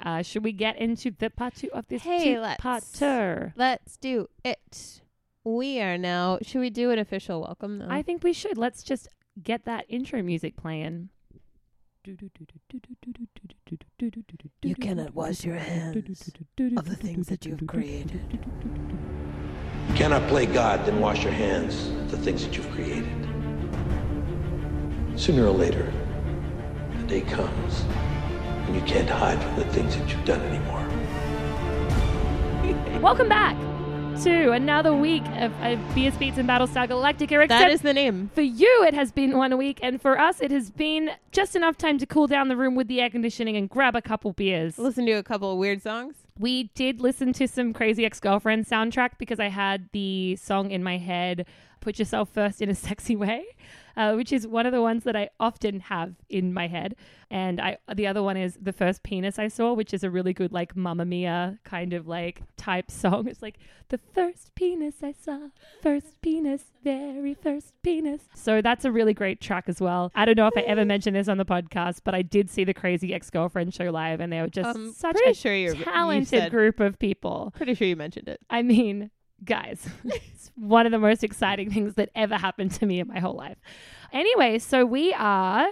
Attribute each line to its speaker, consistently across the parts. Speaker 1: Uh, should we get into the part two of this
Speaker 2: Hey,
Speaker 1: tea
Speaker 2: let's.
Speaker 1: potter?
Speaker 2: Let's do it. We are now. Should we do an official welcome though?
Speaker 1: I think we should. Let's just get that intro music playing. You
Speaker 2: cannot wash your hands
Speaker 1: of
Speaker 2: the things that you've created.
Speaker 3: You cannot play God, then wash your hands of the things that you've created. Sooner or later, the day comes when you can't hide from the things that you've done anymore.
Speaker 1: Welcome back to another week of, of BS Beats and Battlestar Galactica. Except
Speaker 2: that is the name.
Speaker 1: for you, it has been one week, and for us, it has been just enough time to cool down the room with the air conditioning and grab a couple beers.
Speaker 2: Listen to a couple of weird songs.
Speaker 1: We did listen to some Crazy Ex Girlfriend soundtrack because I had the song in my head, Put Yourself First in a Sexy Way, uh, which is one of the ones that I often have in my head. And I, the other one is The First Penis I Saw, which is a really good, like, Mamma Mia kind of like type song. It's like, The first penis I saw, first penis, very first penis. So that's a really great track as well. I don't know if I ever mentioned this on the podcast, but I did see the Crazy Ex Girlfriend show live, and they were just
Speaker 2: I'm
Speaker 1: such
Speaker 2: Um, pretty
Speaker 1: a
Speaker 2: sure you're- you
Speaker 1: talented
Speaker 2: said-
Speaker 1: group of people.
Speaker 2: Pretty sure you mentioned it.
Speaker 1: I mean, guys, it's one of the most exciting things that ever happened to me in my whole life. Anyway, so we are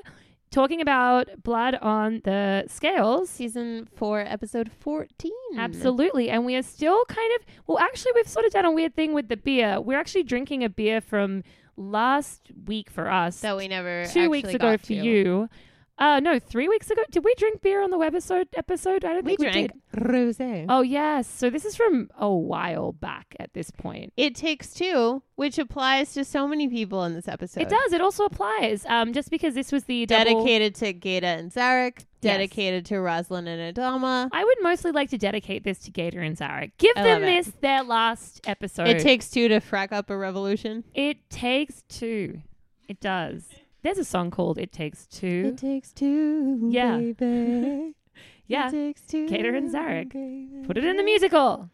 Speaker 1: talking about blood on the scales.
Speaker 2: Season four, episode fourteen.
Speaker 1: Absolutely. And we are still kind of, well, actually, we've sort of done a weird thing with the beer. We're actually drinking a beer from last week for us.
Speaker 2: So we never
Speaker 1: two weeks
Speaker 2: actually
Speaker 1: ago
Speaker 2: got
Speaker 1: for
Speaker 2: to.
Speaker 1: you. Uh, no, three weeks ago. Did we drink beer on the webisode episode? I don't
Speaker 2: We
Speaker 1: think we did.
Speaker 2: drank rosé.
Speaker 1: Oh yes. So this is from a while back at this point.
Speaker 2: It takes two, which applies to so many people in this episode.
Speaker 1: It does. It also applies. Um, just because this was the double-
Speaker 2: Dedicated to Gata and Zarek. Dedicated to Rosalind and Adama.
Speaker 1: I would mostly like to dedicate this to Gator and Zara. Give
Speaker 2: I
Speaker 1: them
Speaker 2: love it.
Speaker 1: this their last episode.
Speaker 2: It takes two to frack up a revolution.
Speaker 1: It takes two. It does. There's a song called "It Takes Two.
Speaker 2: It takes two,
Speaker 1: Yeah.
Speaker 2: baby.
Speaker 1: yeah.
Speaker 2: It takes two,
Speaker 1: Gator and Zarek.
Speaker 2: baby.
Speaker 1: Put it in the musical.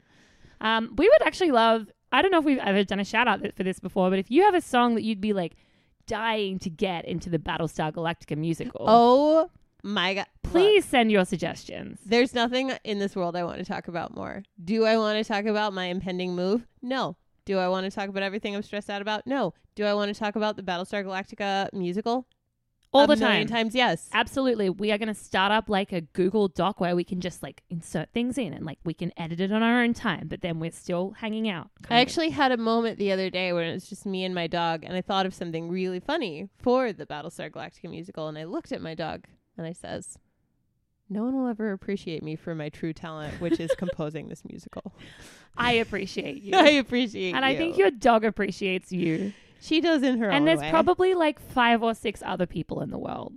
Speaker 1: Um, we would actually love. I don't know if we've ever done a shout out for this before, but if you have a song that you'd be like dying to get into the Battlestar Galactica musical,
Speaker 2: Oh my god! Look,
Speaker 1: please send your suggestions.
Speaker 2: there's nothing in this world I want to talk about more. Do I want to talk about my impending move? No. Do I want to talk about everything I'm stressed out about? No. Do I want to talk about the Battlestar Galactica musical?
Speaker 1: All
Speaker 2: A
Speaker 1: the
Speaker 2: million
Speaker 1: time.
Speaker 2: times, yes.
Speaker 1: Absolutely. We are going to start up like a Google Doc where we can just like insert things in and like we can edit it on our own time, but then we're still hanging out.
Speaker 2: I
Speaker 1: kind of.
Speaker 2: actually had a moment the other day when it was just me and my dog, and I thought of something really funny for the Battlestar Galactica musical, and I looked at my dog and I says, "No one will ever appreciate me for my true talent, which is composing this musical.
Speaker 1: I appreciate you.
Speaker 2: I appreciate,
Speaker 1: and I think
Speaker 2: you.
Speaker 1: your dog appreciates you.
Speaker 2: She does in her own
Speaker 1: and there's
Speaker 2: way.
Speaker 1: probably like five or six other people in the world.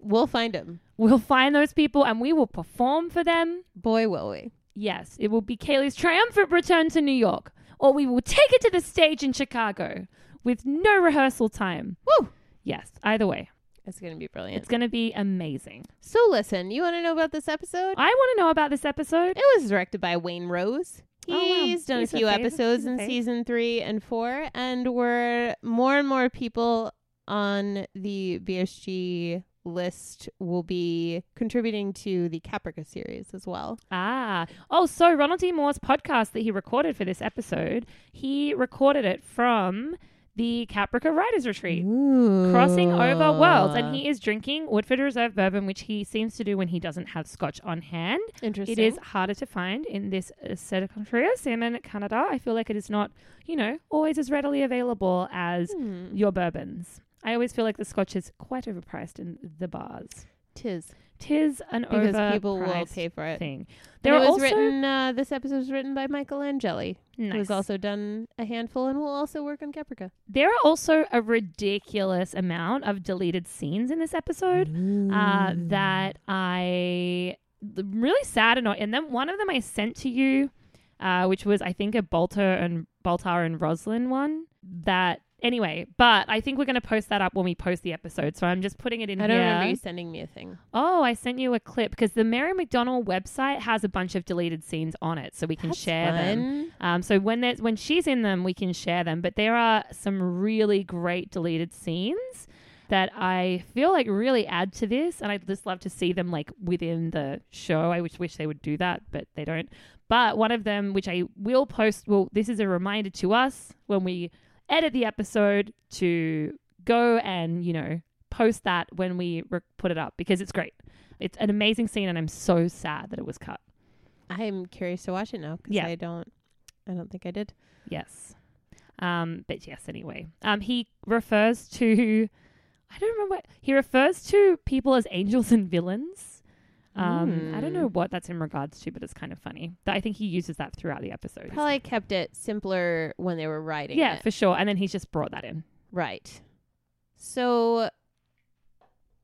Speaker 2: we'll find him.
Speaker 1: We'll find those people and we will perform for them.
Speaker 2: Boy, will we?
Speaker 1: Yes, it will be Kaylee's triumphant return to New York, or we will take it to the stage in Chicago with no rehearsal time.
Speaker 2: Woo!
Speaker 1: Yes, either way,
Speaker 2: It's gonna be brilliant.
Speaker 1: it's going to be amazing.
Speaker 2: so listen, you want to know about this episode?
Speaker 1: I want to know about this episode.
Speaker 2: It was directed by Wayne Rose.
Speaker 1: Oh, wow.
Speaker 2: He's done
Speaker 1: He's
Speaker 2: a
Speaker 1: a
Speaker 2: few
Speaker 1: fave.
Speaker 2: episodes
Speaker 1: He's a
Speaker 2: in
Speaker 1: fave.
Speaker 2: season three and four, and we're more and more people on the BSG list will be contributing to the Caprica series as well.
Speaker 1: Ah. Oh, so Ronald D. Moore's podcast that he recorded for this episode, he recorded it from the Caprica Writers Retreat. Crossing over worlds, and he is drinking Woodford Reserve bourbon, which he seems to do when he doesn't have scotch on hand.
Speaker 2: interesting.
Speaker 1: It is harder to find in this uh, set of countries. I'm in Canada. I feel like it is not, you know, always as readily available as
Speaker 2: Hmm.
Speaker 1: your bourbons. I always feel like the scotch is quite overpriced in the bars.
Speaker 2: tis
Speaker 1: Tis an
Speaker 2: because
Speaker 1: overpriced
Speaker 2: people will pay for it.
Speaker 1: thing. There
Speaker 2: There it
Speaker 1: are
Speaker 2: was
Speaker 1: also
Speaker 2: written. Uh, this episode was written by Michael Angeli,
Speaker 1: nice.
Speaker 2: who's also done a handful and will also work on Caprica.
Speaker 1: there are also a ridiculous amount of deleted scenes in this episode uh, that I really sad and and then one of them I sent to you, uh, which was I think a Bolter and Boltar and Roslyn one that. Anyway, but I think we're going to post that up when we post the episode. So I'm just putting it in
Speaker 2: I don't
Speaker 1: here.
Speaker 2: remember you sending me a thing.
Speaker 1: Oh, I sent you a clip because the Mary McDonnell website has a bunch of deleted scenes on it, so we can share them.
Speaker 2: Fun.
Speaker 1: Um, so when there's when she's in them, we can share them. But there are some really great deleted scenes. that I feel like really add to this, and I'd just love to see them like within the show. I wish wish they would do that, but they don't. But one of them, which I will post, well, this is a reminder to us when we edit the episode to go and you know post that when we re- put it up because it's great. It's an amazing scene, and I'm so sad that it was cut.
Speaker 2: I am curious to watch it now because
Speaker 1: Yeah.
Speaker 2: I don't, I don't think I did.
Speaker 1: Yes. Um, but yes, anyway. Um, he refers to, I don't remember, he refers to people as angels and villains. Um, I don't
Speaker 2: Hmm.
Speaker 1: know what that's in regards to, but it's kind of funny. But I think he uses that throughout the episode.
Speaker 2: Probably kept it simpler when they were writing.
Speaker 1: yeah,
Speaker 2: it.
Speaker 1: for sure. And then he's just brought that in.
Speaker 2: right. So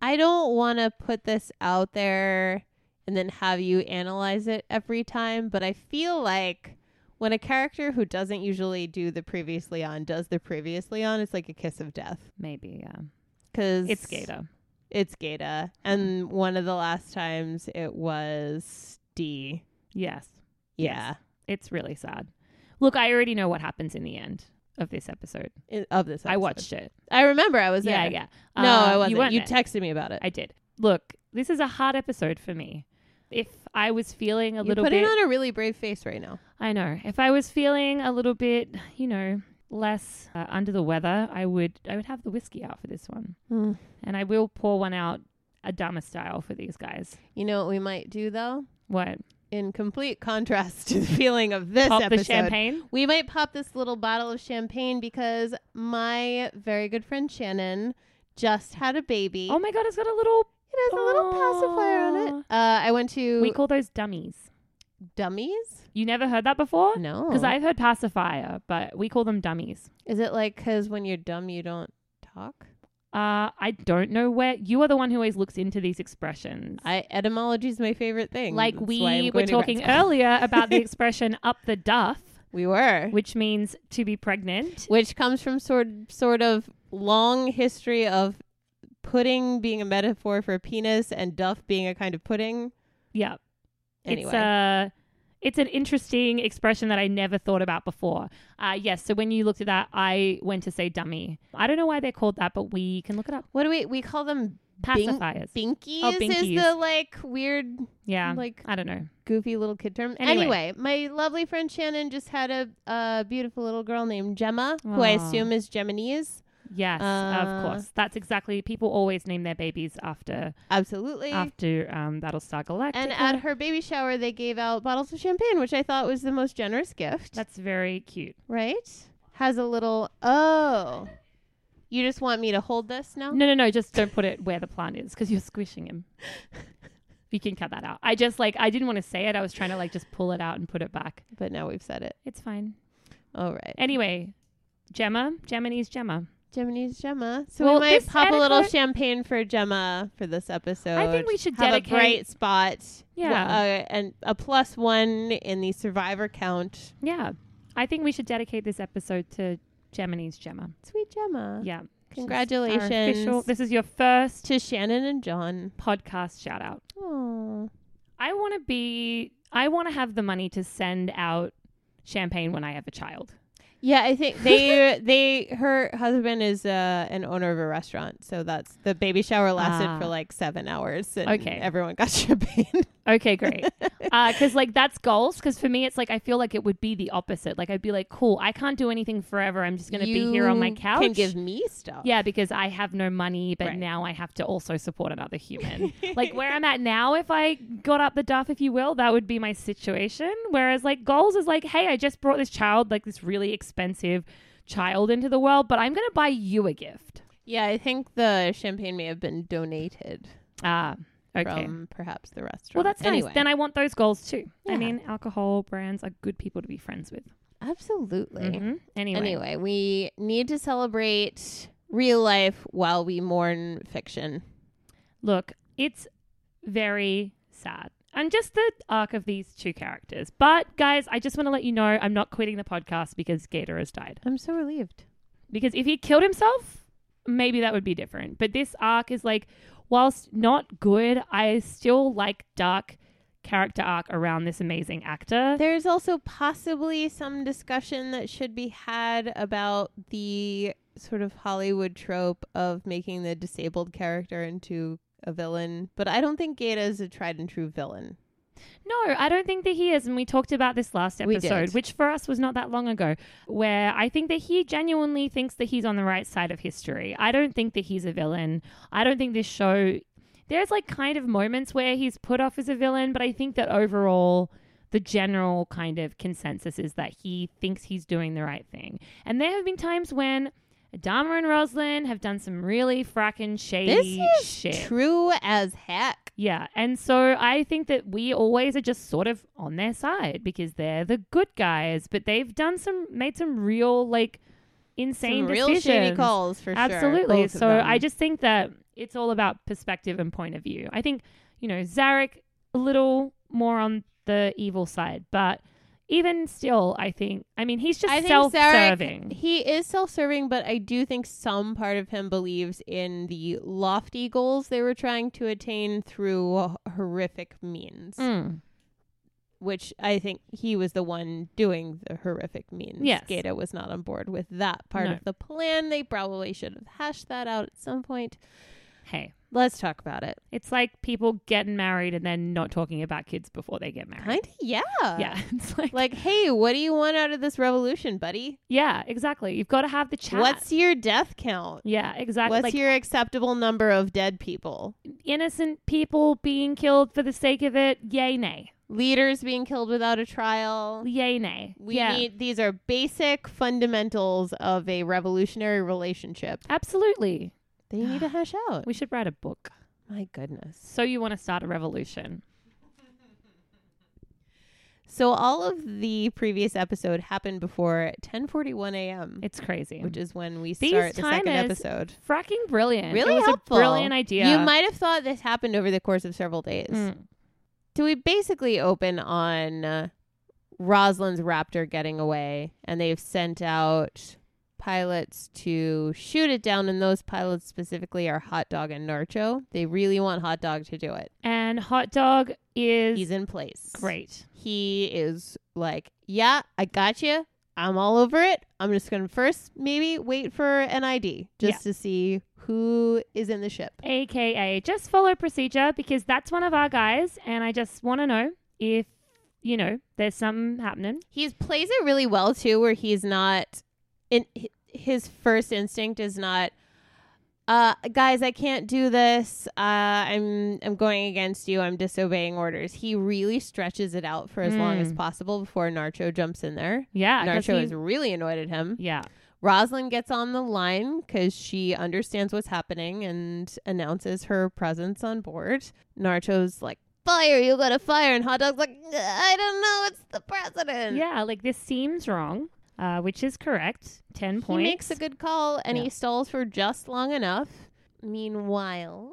Speaker 2: I don't want to put this out there and then have you analyze it every time, but I feel like when a character who doesn't usually do the previously on does the previously on, it's like a kiss of death
Speaker 1: Maybe, yeah.
Speaker 2: because
Speaker 1: It's Gator.
Speaker 2: It's Gata, and one of the last times it was D.
Speaker 1: Yes.
Speaker 2: Yeah,
Speaker 1: It's really sad. Look, I already know what happens in the end of this episode.
Speaker 2: i- of this.
Speaker 1: I
Speaker 2: episode.
Speaker 1: watched it.
Speaker 2: I remember I was
Speaker 1: Yeah,
Speaker 2: there.
Speaker 1: yeah.
Speaker 2: No,
Speaker 1: Um,
Speaker 2: I wasn't. You,
Speaker 1: weren't there.
Speaker 2: texted me about it.
Speaker 1: I did. Look, this is a hard episode for me. If I was feeling a
Speaker 2: You're
Speaker 1: little
Speaker 2: putting
Speaker 1: bit,
Speaker 2: on a really brave face right now.
Speaker 1: I know. If I was feeling a little bit, you know, less uh, under the weather, I would, I would have the whiskey out for this one,
Speaker 2: Hmm.
Speaker 1: and I will pour one out Adama style for these guys.
Speaker 2: You know what we might do though?
Speaker 1: What?
Speaker 2: In complete contrast to the feeling of this
Speaker 1: Pop
Speaker 2: episode,
Speaker 1: the champagne.
Speaker 2: we might pop this little bottle of champagne because my very good friend Shannon just had a baby.
Speaker 1: Oh my god, it's got a little.
Speaker 2: it has a little pacifier on it. Uh, I went to
Speaker 1: We call those dummies.
Speaker 2: dummies.
Speaker 1: You never heard that before?
Speaker 2: No,
Speaker 1: Because I've heard pacifier, but we call them dummies.
Speaker 2: Is it like because when you're dumb, you don't talk?
Speaker 1: Uh, I don't know where you are the one who always looks into these expressions.
Speaker 2: I etymology is my favorite thing.
Speaker 1: like
Speaker 2: That's why I'm
Speaker 1: we were
Speaker 2: going to grad
Speaker 1: talking
Speaker 2: school.
Speaker 1: earlier about the expression up the duff
Speaker 2: We were,
Speaker 1: which means to be pregnant
Speaker 2: which comes from sort sort of long history of pudding being a metaphor for penis and duff being a kind of pudding.
Speaker 1: yeah
Speaker 2: Anyway,
Speaker 1: it's uh it's an interesting expression that I never thought about before. Uh, yes, so when you looked at that, I went to say dummy. I don't know why they're called that, but we can look it up.
Speaker 2: what do we we call them? Bing-
Speaker 1: Pacifiers.
Speaker 2: Binkies,
Speaker 1: Oh,
Speaker 2: is
Speaker 1: binkies.
Speaker 2: the like weird,
Speaker 1: yeah.
Speaker 2: like
Speaker 1: I don't know.
Speaker 2: goofy little kid term. Anyway.
Speaker 1: Anyway.
Speaker 2: my lovely friend Shannon just had a, a beautiful little girl named Gemma, who I
Speaker 1: Aw.
Speaker 2: assume is Geminese.
Speaker 1: Yes,
Speaker 2: Uh,
Speaker 1: of course. That's exactly. People always name their babies after
Speaker 2: Absolutely.
Speaker 1: after um, Battlestar Galactica.
Speaker 2: And uh, at her baby shower, they gave out bottles of champagne, which I thought was the most generous gift.
Speaker 1: That's very cute.
Speaker 2: right. Has a little oh. You just want me to hold this now?
Speaker 1: No, no, no. Just don't put it where the plant is because you're squishing him. you can cut that out. I just like I didn't want to say it. I was trying to like just pull it out and put it back.
Speaker 2: But now we've said it.
Speaker 1: It's fine.
Speaker 2: All right.
Speaker 1: Anyway, Gemma, Gemini's Gemma.
Speaker 2: Gemini's Gemma. So we
Speaker 1: Well,
Speaker 2: might
Speaker 1: this
Speaker 2: pop a little
Speaker 1: etiquette-
Speaker 2: champagne for Gemma for this episode.
Speaker 1: I think we should
Speaker 2: have
Speaker 1: dedicate-
Speaker 2: a bright spot.
Speaker 1: Yeah.
Speaker 2: w- uh, and a plus one in the survivor count.
Speaker 1: Yeah, I think we should dedicate this episode to Gemini's Gemma.
Speaker 2: Sweet Gemma.
Speaker 1: Yeah, she's our
Speaker 2: Congratulations.
Speaker 1: official- This is your first
Speaker 2: To Shannon and John.
Speaker 1: podcast shout out.
Speaker 2: Oh.
Speaker 1: I want to be. I want to have the money to send out champagne when I have a child.
Speaker 2: Yeah, I think they they her husband is uh, an owner of a restaurant, so that's the baby shower lasted
Speaker 1: Ah.
Speaker 2: for like seven hours, and
Speaker 1: Okay.
Speaker 2: everyone got champagne.
Speaker 1: Okay, great. Because like that's goals. Because for me, it's like I feel like it would be the opposite. Like I'd be like, cool, I can't do anything forever. I'm just gonna be here on my
Speaker 2: You
Speaker 1: couch.
Speaker 2: Can give me stuff.
Speaker 1: yeah, because I have no money, but
Speaker 2: Right.
Speaker 1: now I have to also support another human. like where I'm at now, if I got up the duff, if you will, that would be my situation. Whereas like goals is like, hey, I just brought this child, like this really expensive child into the world, but I'm gonna buy you a gift.
Speaker 2: yeah. I think the champagne may have been donated
Speaker 1: Ah, okay.
Speaker 2: from perhaps the restaurant.
Speaker 1: well, that's
Speaker 2: anyway.
Speaker 1: nice. Then I want those goals too.
Speaker 2: Yeah.
Speaker 1: I mean, alcohol brands are good people to be friends with.
Speaker 2: absolutely.
Speaker 1: Mhm. Anyway,
Speaker 2: Anyway, we need to celebrate real life while we mourn fiction.
Speaker 1: look, it's very sad. And just the arc of these two characters. But guys, I just want to let you know I'm not quitting the podcast because Gator has died.
Speaker 2: I'm so relieved.
Speaker 1: Because if he killed himself, maybe that would be different. But this arc is like, whilst not good, I still like dark character arc around this amazing actor.
Speaker 2: There's also possibly some discussion that should be had about the sort of Hollywood trope of making the disabled character into a villain, but I don't think Gata is a tried and true villain.
Speaker 1: No, I don't think that he is. And we talked about this last
Speaker 2: We
Speaker 1: episode,
Speaker 2: did.
Speaker 1: which for us was not that long ago, where I think that he genuinely thinks that he's on the right side of history. I don't think that he's a villain. I don't think this show. There's like kind of moments where he's put off as a villain, but I think that overall, the general kind of consensus is that he thinks he's doing the right thing. And there have been times when Dahmer and Roslyn have done some really fracking
Speaker 2: This
Speaker 1: shady
Speaker 2: is
Speaker 1: shit.
Speaker 2: true as heck.
Speaker 1: Yeah. And so I think that we always are just sort of on their side because they're the good guys, but they've done some, made some real, like, insane
Speaker 2: Some real
Speaker 1: decisions.
Speaker 2: shady calls for sure.
Speaker 1: Absolutely.
Speaker 2: both of
Speaker 1: So
Speaker 2: them.
Speaker 1: I just think that it's all about perspective and point of view. I think, you know, Zarek a little more on the evil side, but even still, I think, I mean, he's just
Speaker 2: I think Sarek-
Speaker 1: self-serving.
Speaker 2: he is self-serving, but I do think some part of him believes in the lofty goals they were trying to attain through horrific means,
Speaker 1: Mm.
Speaker 2: which I think he was the one doing the horrific means.
Speaker 1: Yes.
Speaker 2: Gata was not on board with that part
Speaker 1: No.
Speaker 2: of the plan. They probably should have hashed that out at some point.
Speaker 1: Hey,
Speaker 2: Let's talk about it.
Speaker 1: it's like people getting married and then not talking about kids before they get married.
Speaker 2: Kind of, yeah.
Speaker 1: Yeah. It's like,
Speaker 2: Like, hey, what do you want out of this revolution, buddy?
Speaker 1: Yeah, exactly. You've got to have the chat.
Speaker 2: What's your death count?
Speaker 1: yeah, exactly.
Speaker 2: What's
Speaker 1: Like
Speaker 2: your acceptable number of dead people?
Speaker 1: innocent people being killed for the sake of it. Yay, nay.
Speaker 2: leaders being killed without a trial.
Speaker 1: Yay, nay.
Speaker 2: We
Speaker 1: yeah,
Speaker 2: need these are basic fundamentals of a revolutionary relationship.
Speaker 1: absolutely.
Speaker 2: They need to hash out.
Speaker 1: We should write a book.
Speaker 2: My goodness.
Speaker 1: So you want to start a revolution?
Speaker 2: So all of the previous episode happened before 10:41 a.m.,
Speaker 1: It's crazy.
Speaker 2: which is when we
Speaker 1: These
Speaker 2: start the second
Speaker 1: timers-
Speaker 2: episode.
Speaker 1: Fracking brilliant.
Speaker 2: Really
Speaker 1: it was
Speaker 2: helpful.
Speaker 1: A brilliant idea.
Speaker 2: You might have thought this happened over the course of several days.
Speaker 1: Mm.
Speaker 2: So we basically open on uh, Rosalind's raptor getting away, and they've sent out pilots to shoot it down. And those pilots specifically are Hot Dog and Narcho. They really want Hot Dog to do it.
Speaker 1: And hot dog is
Speaker 2: He's in place.
Speaker 1: great.
Speaker 2: He is like, yeah, I got you. I'm all over it. I'm just going to first maybe wait for an ID just to see who is in the ship.
Speaker 1: AKA just follow procedure because that's one of our guys, and I just want to know if you know there's something happening.
Speaker 2: He plays it really well too, where he's not in hi- his first instinct is not, uh, guys, I can't do this. Uh, I'm I'm going against you. I'm disobeying orders. He really stretches it out for as long as
Speaker 1: Mm.
Speaker 2: possible before Narcho jumps in there.
Speaker 1: Yeah, 'cause
Speaker 2: Narcho
Speaker 1: he-
Speaker 2: is really annoyed at him.
Speaker 1: yeah.
Speaker 2: Rosalind gets on the line because she understands what's happening and announces her presence on board. Narcho's like, "Fire! You got to fire!" And Hot Dog's like, "I don't know. It's the president."
Speaker 1: Yeah, like this seems wrong, uh, which is correct. Ten
Speaker 2: He
Speaker 1: points.
Speaker 2: makes a good call and
Speaker 1: Yeah.
Speaker 2: he stalls for just long enough. Meanwhile,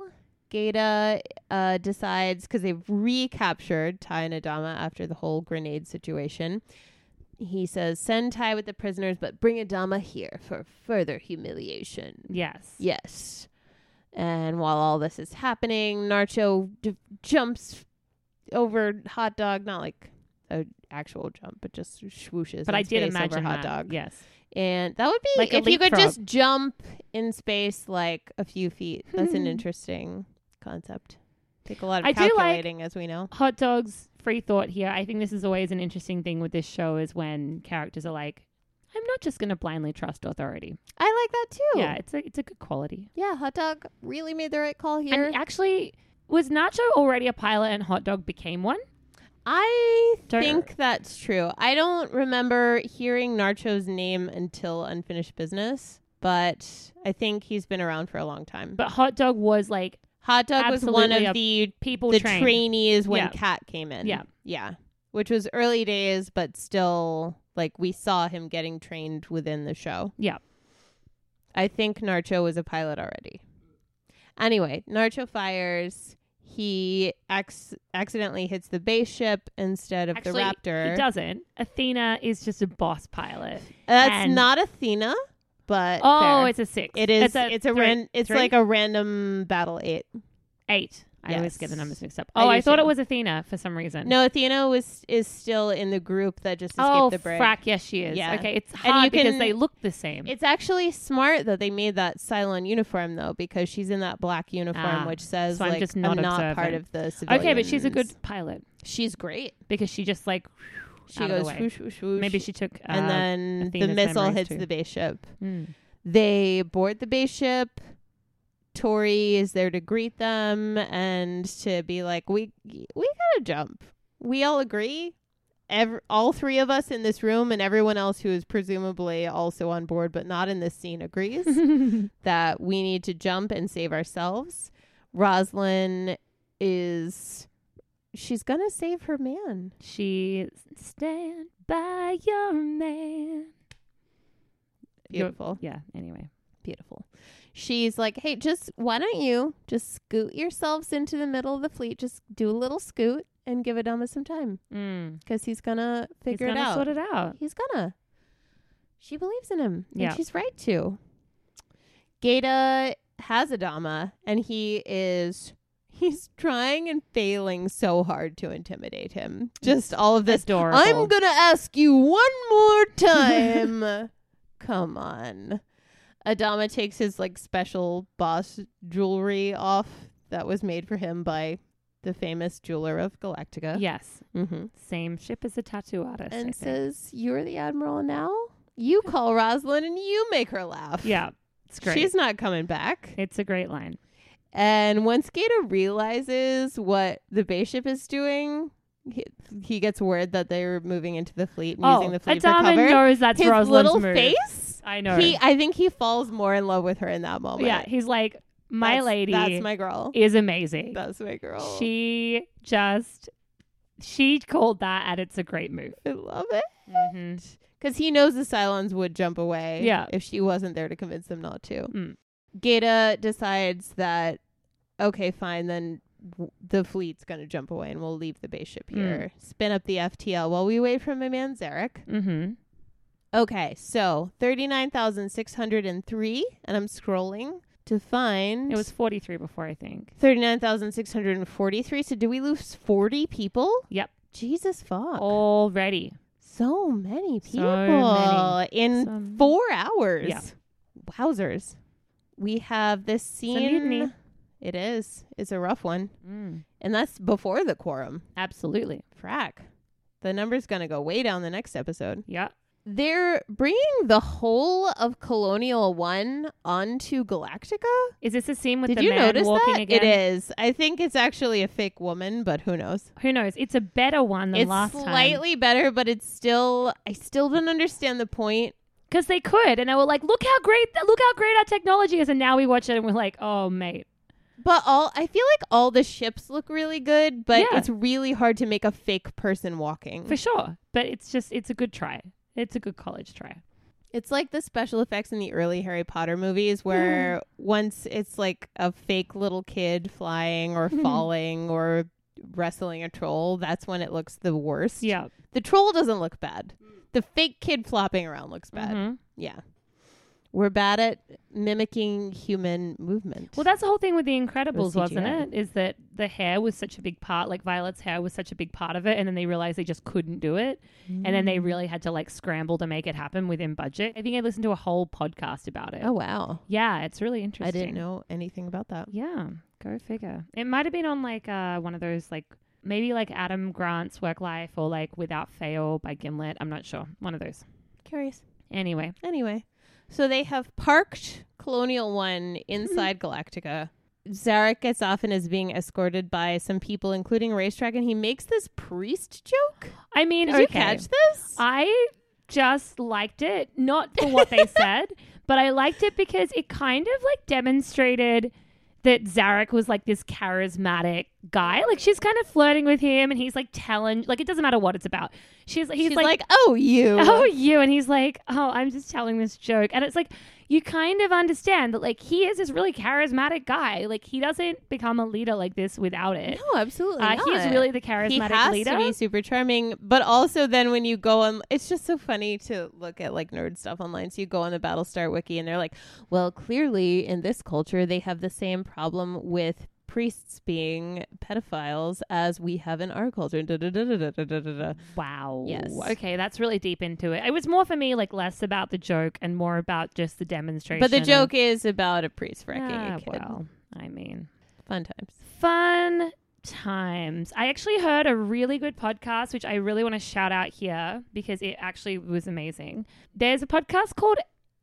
Speaker 2: Gata uh, decides because they've recaptured Tai and Adama after the whole grenade situation. He says, "Send Tai with the prisoners, but bring Adama here for further humiliation."
Speaker 1: yes.
Speaker 2: Yes. And while all this is happening, Narcho d- jumps over hot dog, not like a actual jump, but just swooshes.
Speaker 1: But
Speaker 2: in
Speaker 1: I did
Speaker 2: space
Speaker 1: imagine
Speaker 2: over hot
Speaker 1: that.
Speaker 2: dog.
Speaker 1: Yes.
Speaker 2: And that would be
Speaker 1: Like a
Speaker 2: if you could
Speaker 1: leapfrog.
Speaker 2: just jump in space like a few feet. That's an interesting concept. Take a lot of
Speaker 1: Hmm. I do like-
Speaker 2: calculating, as we know.
Speaker 1: Hot dogs. Free thought here. I think this is always an interesting thing with this show is when characters are like, "I'm not just going to blindly trust authority."
Speaker 2: I like that too.
Speaker 1: Yeah, it's a it's a good quality.
Speaker 2: Yeah, hot dog really made the right call here.
Speaker 1: And actually, was Nacho already a pilot and Hot Dog became one?
Speaker 2: I
Speaker 1: Don't-
Speaker 2: think that's true. I don't remember hearing Narcho's name until Unfinished Business, but I think he's been around for a long time. But
Speaker 1: But Hot Dog was like
Speaker 2: Hot Dog was one
Speaker 1: absolutely a
Speaker 2: of the
Speaker 1: people
Speaker 2: the
Speaker 1: trained.
Speaker 2: trainees when
Speaker 1: Yeah.
Speaker 2: Cat came in.
Speaker 1: Yeah.
Speaker 2: yeah, which was early days, but still like we saw him getting trained within the show.
Speaker 1: Yeah.
Speaker 2: I think Narcho was a pilot already. Anyway, Narcho fires. He ex- accidentally hits the base ship instead of
Speaker 1: Actually,
Speaker 2: the raptor.
Speaker 1: He doesn't. Athena is just a boss pilot.
Speaker 2: That's
Speaker 1: And-
Speaker 2: not Athena, but
Speaker 1: Oh,
Speaker 2: fair.
Speaker 1: it's a six.
Speaker 2: it is. It's
Speaker 1: It's
Speaker 2: a,
Speaker 1: three-
Speaker 2: ran, It's
Speaker 1: three?
Speaker 2: like a random battle eight.
Speaker 1: eight. I always get the
Speaker 2: Yes.
Speaker 1: numbers mixed up.
Speaker 2: I
Speaker 1: Oh,
Speaker 2: do
Speaker 1: I, thought
Speaker 2: too.
Speaker 1: it was Athena for some reason.
Speaker 2: No, Athena was is still in the group that just escaped
Speaker 1: Oh,
Speaker 2: the break.
Speaker 1: frack. Yes, she is.
Speaker 2: Yeah.
Speaker 1: Okay, it's
Speaker 2: you
Speaker 1: hard because
Speaker 2: can-
Speaker 1: they look the same.
Speaker 2: It's actually smart that they made that Cylon uniform though, because she's in that black uniform,
Speaker 1: Ah,
Speaker 2: which says
Speaker 1: so I'm
Speaker 2: like
Speaker 1: just not
Speaker 2: part
Speaker 1: observant.
Speaker 2: of the civilians.
Speaker 1: okay, but she's a good pilot
Speaker 2: She's great.
Speaker 1: because she just like
Speaker 2: She
Speaker 1: Out of the
Speaker 2: goes
Speaker 1: way.
Speaker 2: whoosh whoosh whoosh.
Speaker 1: maybe she took. Uh,
Speaker 2: and then the
Speaker 1: Athena's
Speaker 2: missile
Speaker 1: memories,
Speaker 2: hits
Speaker 1: too.
Speaker 2: the base ship.
Speaker 1: mm.
Speaker 2: They board the base ship. Tori is there to greet them and to be like, "We we gotta jump. We all agree. Every, all three of us in this room and everyone else who is presumably also on board but not in this scene agrees
Speaker 1: hmm.
Speaker 2: that we need to jump and save ourselves." Roslyn is she's gonna save her man.
Speaker 1: she stand by your man. You're-
Speaker 2: Beautiful.
Speaker 1: Yeah. Anyway.
Speaker 2: beautiful. She's like, hey, just why don't you just scoot yourselves into the middle of the fleet? Just do a little scoot and give Adama some time
Speaker 1: Mm.
Speaker 2: because he's gonna
Speaker 1: He's
Speaker 2: figure
Speaker 1: gonna
Speaker 2: it out.
Speaker 1: sort it out.
Speaker 2: He's gonna. She believes in him, and
Speaker 1: Yeah.
Speaker 2: she's right to. Gata has Adama, and he is. He's trying and failing so hard to intimidate him. Just all of this.
Speaker 1: Adorable.
Speaker 2: I'm going to ask you one more time. Come on. Adama takes his like special boss jewelry off that was made for him by the famous jeweler of Galactica.
Speaker 1: Yes.
Speaker 2: Mm-hmm.
Speaker 1: Same ship as a tattoo artist. I think.
Speaker 2: And says, You're the Admiral now? You call Rosalind and you make her laugh.
Speaker 1: yeah, it's great.
Speaker 2: She's not coming back.
Speaker 1: it's a great line.
Speaker 2: And once Gator realizes what the base ship is doing, he, he gets word that they're moving into the fleet and using the fleet for
Speaker 1: Oh, Adama
Speaker 2: cover.
Speaker 1: knows that's
Speaker 2: his
Speaker 1: Rosalind's
Speaker 2: little
Speaker 1: move.
Speaker 2: face.
Speaker 1: I know.
Speaker 2: He, I think he falls more in love with her in that moment.
Speaker 1: yeah, he's like, my
Speaker 2: That's-
Speaker 1: lady
Speaker 2: That's my girl.
Speaker 1: is amazing.
Speaker 2: That's my girl.
Speaker 1: She just, she called that, and it's a great move.
Speaker 2: I love it
Speaker 1: hmm
Speaker 2: Mm-hmm. because he knows the Cylons would jump away.
Speaker 1: Yeah.
Speaker 2: if she wasn't there to convince them not to.
Speaker 1: Mm.
Speaker 2: Gata decides that okay, fine, then w- the fleet's gonna jump away and we'll leave the base ship
Speaker 1: Mm.
Speaker 2: here. Spin up the FTL while we wait for my man Zarek.
Speaker 1: hmm
Speaker 2: Okay, so thirty nine thousand six hundred and three, and I'm scrolling to find
Speaker 1: It was 43 before, I think.
Speaker 2: 39,643. So, do we lose 40 people?
Speaker 1: Yep.
Speaker 2: Jesus fuck.
Speaker 1: Already.
Speaker 2: So many people
Speaker 1: many.
Speaker 2: in
Speaker 1: So many.
Speaker 2: Mm, four hours.
Speaker 1: Yeah.
Speaker 2: Wowzers. We have this
Speaker 1: It's a
Speaker 2: scene.
Speaker 1: mutiny.
Speaker 2: It is. It's a rough one.
Speaker 1: Mm,
Speaker 2: And that's before the quorum.
Speaker 1: absolutely.
Speaker 2: Frack. The number's going to go way down the next episode.
Speaker 1: Yeah.
Speaker 2: They're bringing the whole of Colonial One onto Galactica.
Speaker 1: Is this a scene with
Speaker 2: Did
Speaker 1: the
Speaker 2: you
Speaker 1: man
Speaker 2: notice
Speaker 1: walking
Speaker 2: that?
Speaker 1: again?
Speaker 2: It is. I think it's actually a fake woman, but who knows?
Speaker 1: Who knows? It's a better one than
Speaker 2: it's
Speaker 1: last time.
Speaker 2: slightly better, but it's still I still don't understand the point.
Speaker 1: because they could, and they were like, "Look how great! Look how great our technology is!" And now we watch it, and we're like, "Oh, mate,
Speaker 2: But all I feel like all the ships look really good, but
Speaker 1: Yeah.
Speaker 2: it's really hard to make a fake person walking.
Speaker 1: for sure." But it's just, it's a good try. It's a good college try.
Speaker 2: It's like the special effects in the early Harry Potter movies where once it's like a fake little kid flying
Speaker 1: Mm-hmm.
Speaker 2: or falling or wrestling a troll, that's when it looks the worst.
Speaker 1: Yeah,
Speaker 2: The troll doesn't look bad. The fake kid flopping around looks bad.
Speaker 1: Mhm.
Speaker 2: Yeah. We're bad at mimicking human movement.
Speaker 1: Well, that's the whole thing with the Incredibles,
Speaker 2: It was
Speaker 1: wasn't
Speaker 2: CGI.
Speaker 1: it? Is that the hair was such a big part, like Violet's hair was such a big part of it, and then they realized they just couldn't do it, and then they
Speaker 2: Mm.
Speaker 1: really had to like scramble to make it happen within budget. I think I listened to a whole podcast about it.
Speaker 2: Oh wow.
Speaker 1: yeah, it's really
Speaker 2: I
Speaker 1: interesting.
Speaker 2: didn't know anything about that.
Speaker 1: Yeah, go figure. It might have been on like uh, one of those like maybe like Adam Grant's Work Life or like Without Fail by Gimlet. I'm not sure. One of those.
Speaker 2: Curious.
Speaker 1: Anyway,
Speaker 2: Anyway, so they have parked Colonial One inside Galactica. Zarek gets off and is being escorted by some people, including Racetrack, and he makes this priest joke.
Speaker 1: I mean,
Speaker 2: Did
Speaker 1: okay.
Speaker 2: you catch this?
Speaker 1: I just liked it, not for what they said, but I liked it because it kind of like demonstrated that Zarek was like this charismatic guy. Like she's kind of flirting with him, and he's like telling, like it doesn't matter what it's about. She's he's
Speaker 2: She's like, "Oh, you."
Speaker 1: Oh, you. And he's like, oh, I'm just telling this joke. And it's like, you kind of understand that, like, he is this really charismatic guy. Like, he doesn't become a leader like this without it.
Speaker 2: no, Oh, absolutely.
Speaker 1: Uh, he is
Speaker 2: not.
Speaker 1: really the
Speaker 2: he
Speaker 1: charismatic
Speaker 2: has
Speaker 1: leader.
Speaker 2: to be super charming but also then when you go on it's just so funny to look at like nerd stuff online so you go on the battlestar wiki and they're like well clearly in this culture they have the same problem with priests being pedophiles as we have in our culture. Da, da, da, da, da, da, da, da, da.
Speaker 1: Wow.
Speaker 2: Yes.
Speaker 1: Okay, that's really deep into it. It was more for me like less about the joke and more about just the demonstration.
Speaker 2: But the
Speaker 1: of-
Speaker 2: joke is about a priest wrecking
Speaker 1: Ah,
Speaker 2: a kid.
Speaker 1: well, I mean,
Speaker 2: Fun times.
Speaker 1: fun times. I actually heard a really good podcast, which I really want to shout out here because it actually was amazing. There's a podcast called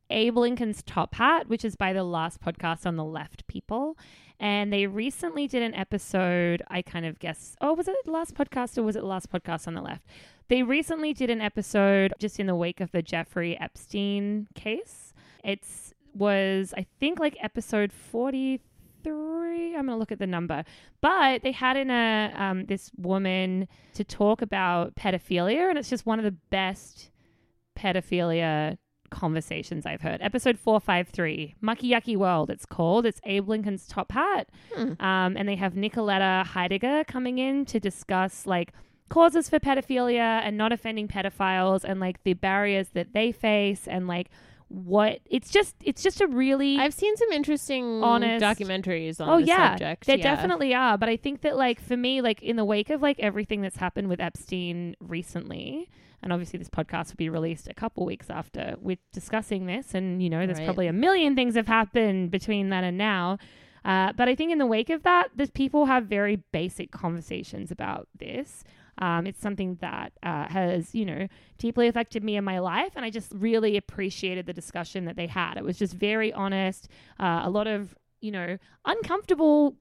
Speaker 1: Abe Lincoln's Top Hat, which is by the last podcast on the left people. And they recently did an episode, I kind of guess, oh, was it the last podcast or was it the last podcast on the left? They recently did an episode just in the wake of the Jeffrey Epstein case. It's was I think like episode 43. I'm going to look at the number. But they had in a um, this woman to talk about pedophilia and it's just one of the best pedophilia conversations I've heard. Episode 453, Mucky Yucky World, it's called. It's Abe Lincoln's Top Hat.
Speaker 2: Hmm.
Speaker 1: Um, and they have Nicoletta Heidegger coming in to discuss like causes for pedophilia and not offending pedophiles and like the barriers that they face and like what it's just it's just a really
Speaker 2: I've seen some interesting
Speaker 1: Honest-
Speaker 2: documentaries on
Speaker 1: Oh,
Speaker 2: the
Speaker 1: yeah.
Speaker 2: subject.
Speaker 1: There
Speaker 2: yeah.
Speaker 1: definitely are, but I think that like for me, like in the wake of like everything that's happened with Epstein recently, and obviously this podcast will be released a couple weeks after we're discussing this, and you know, there's
Speaker 2: Right.
Speaker 1: probably a million things have happened between then and now. Uh, but I think in the wake of that, the people have very basic conversations about this. Um, it's something that uh, has, you know, deeply affected me in my life, and I just really appreciated the discussion that they had. It was just very honest, uh, a lot of you know uncomfortable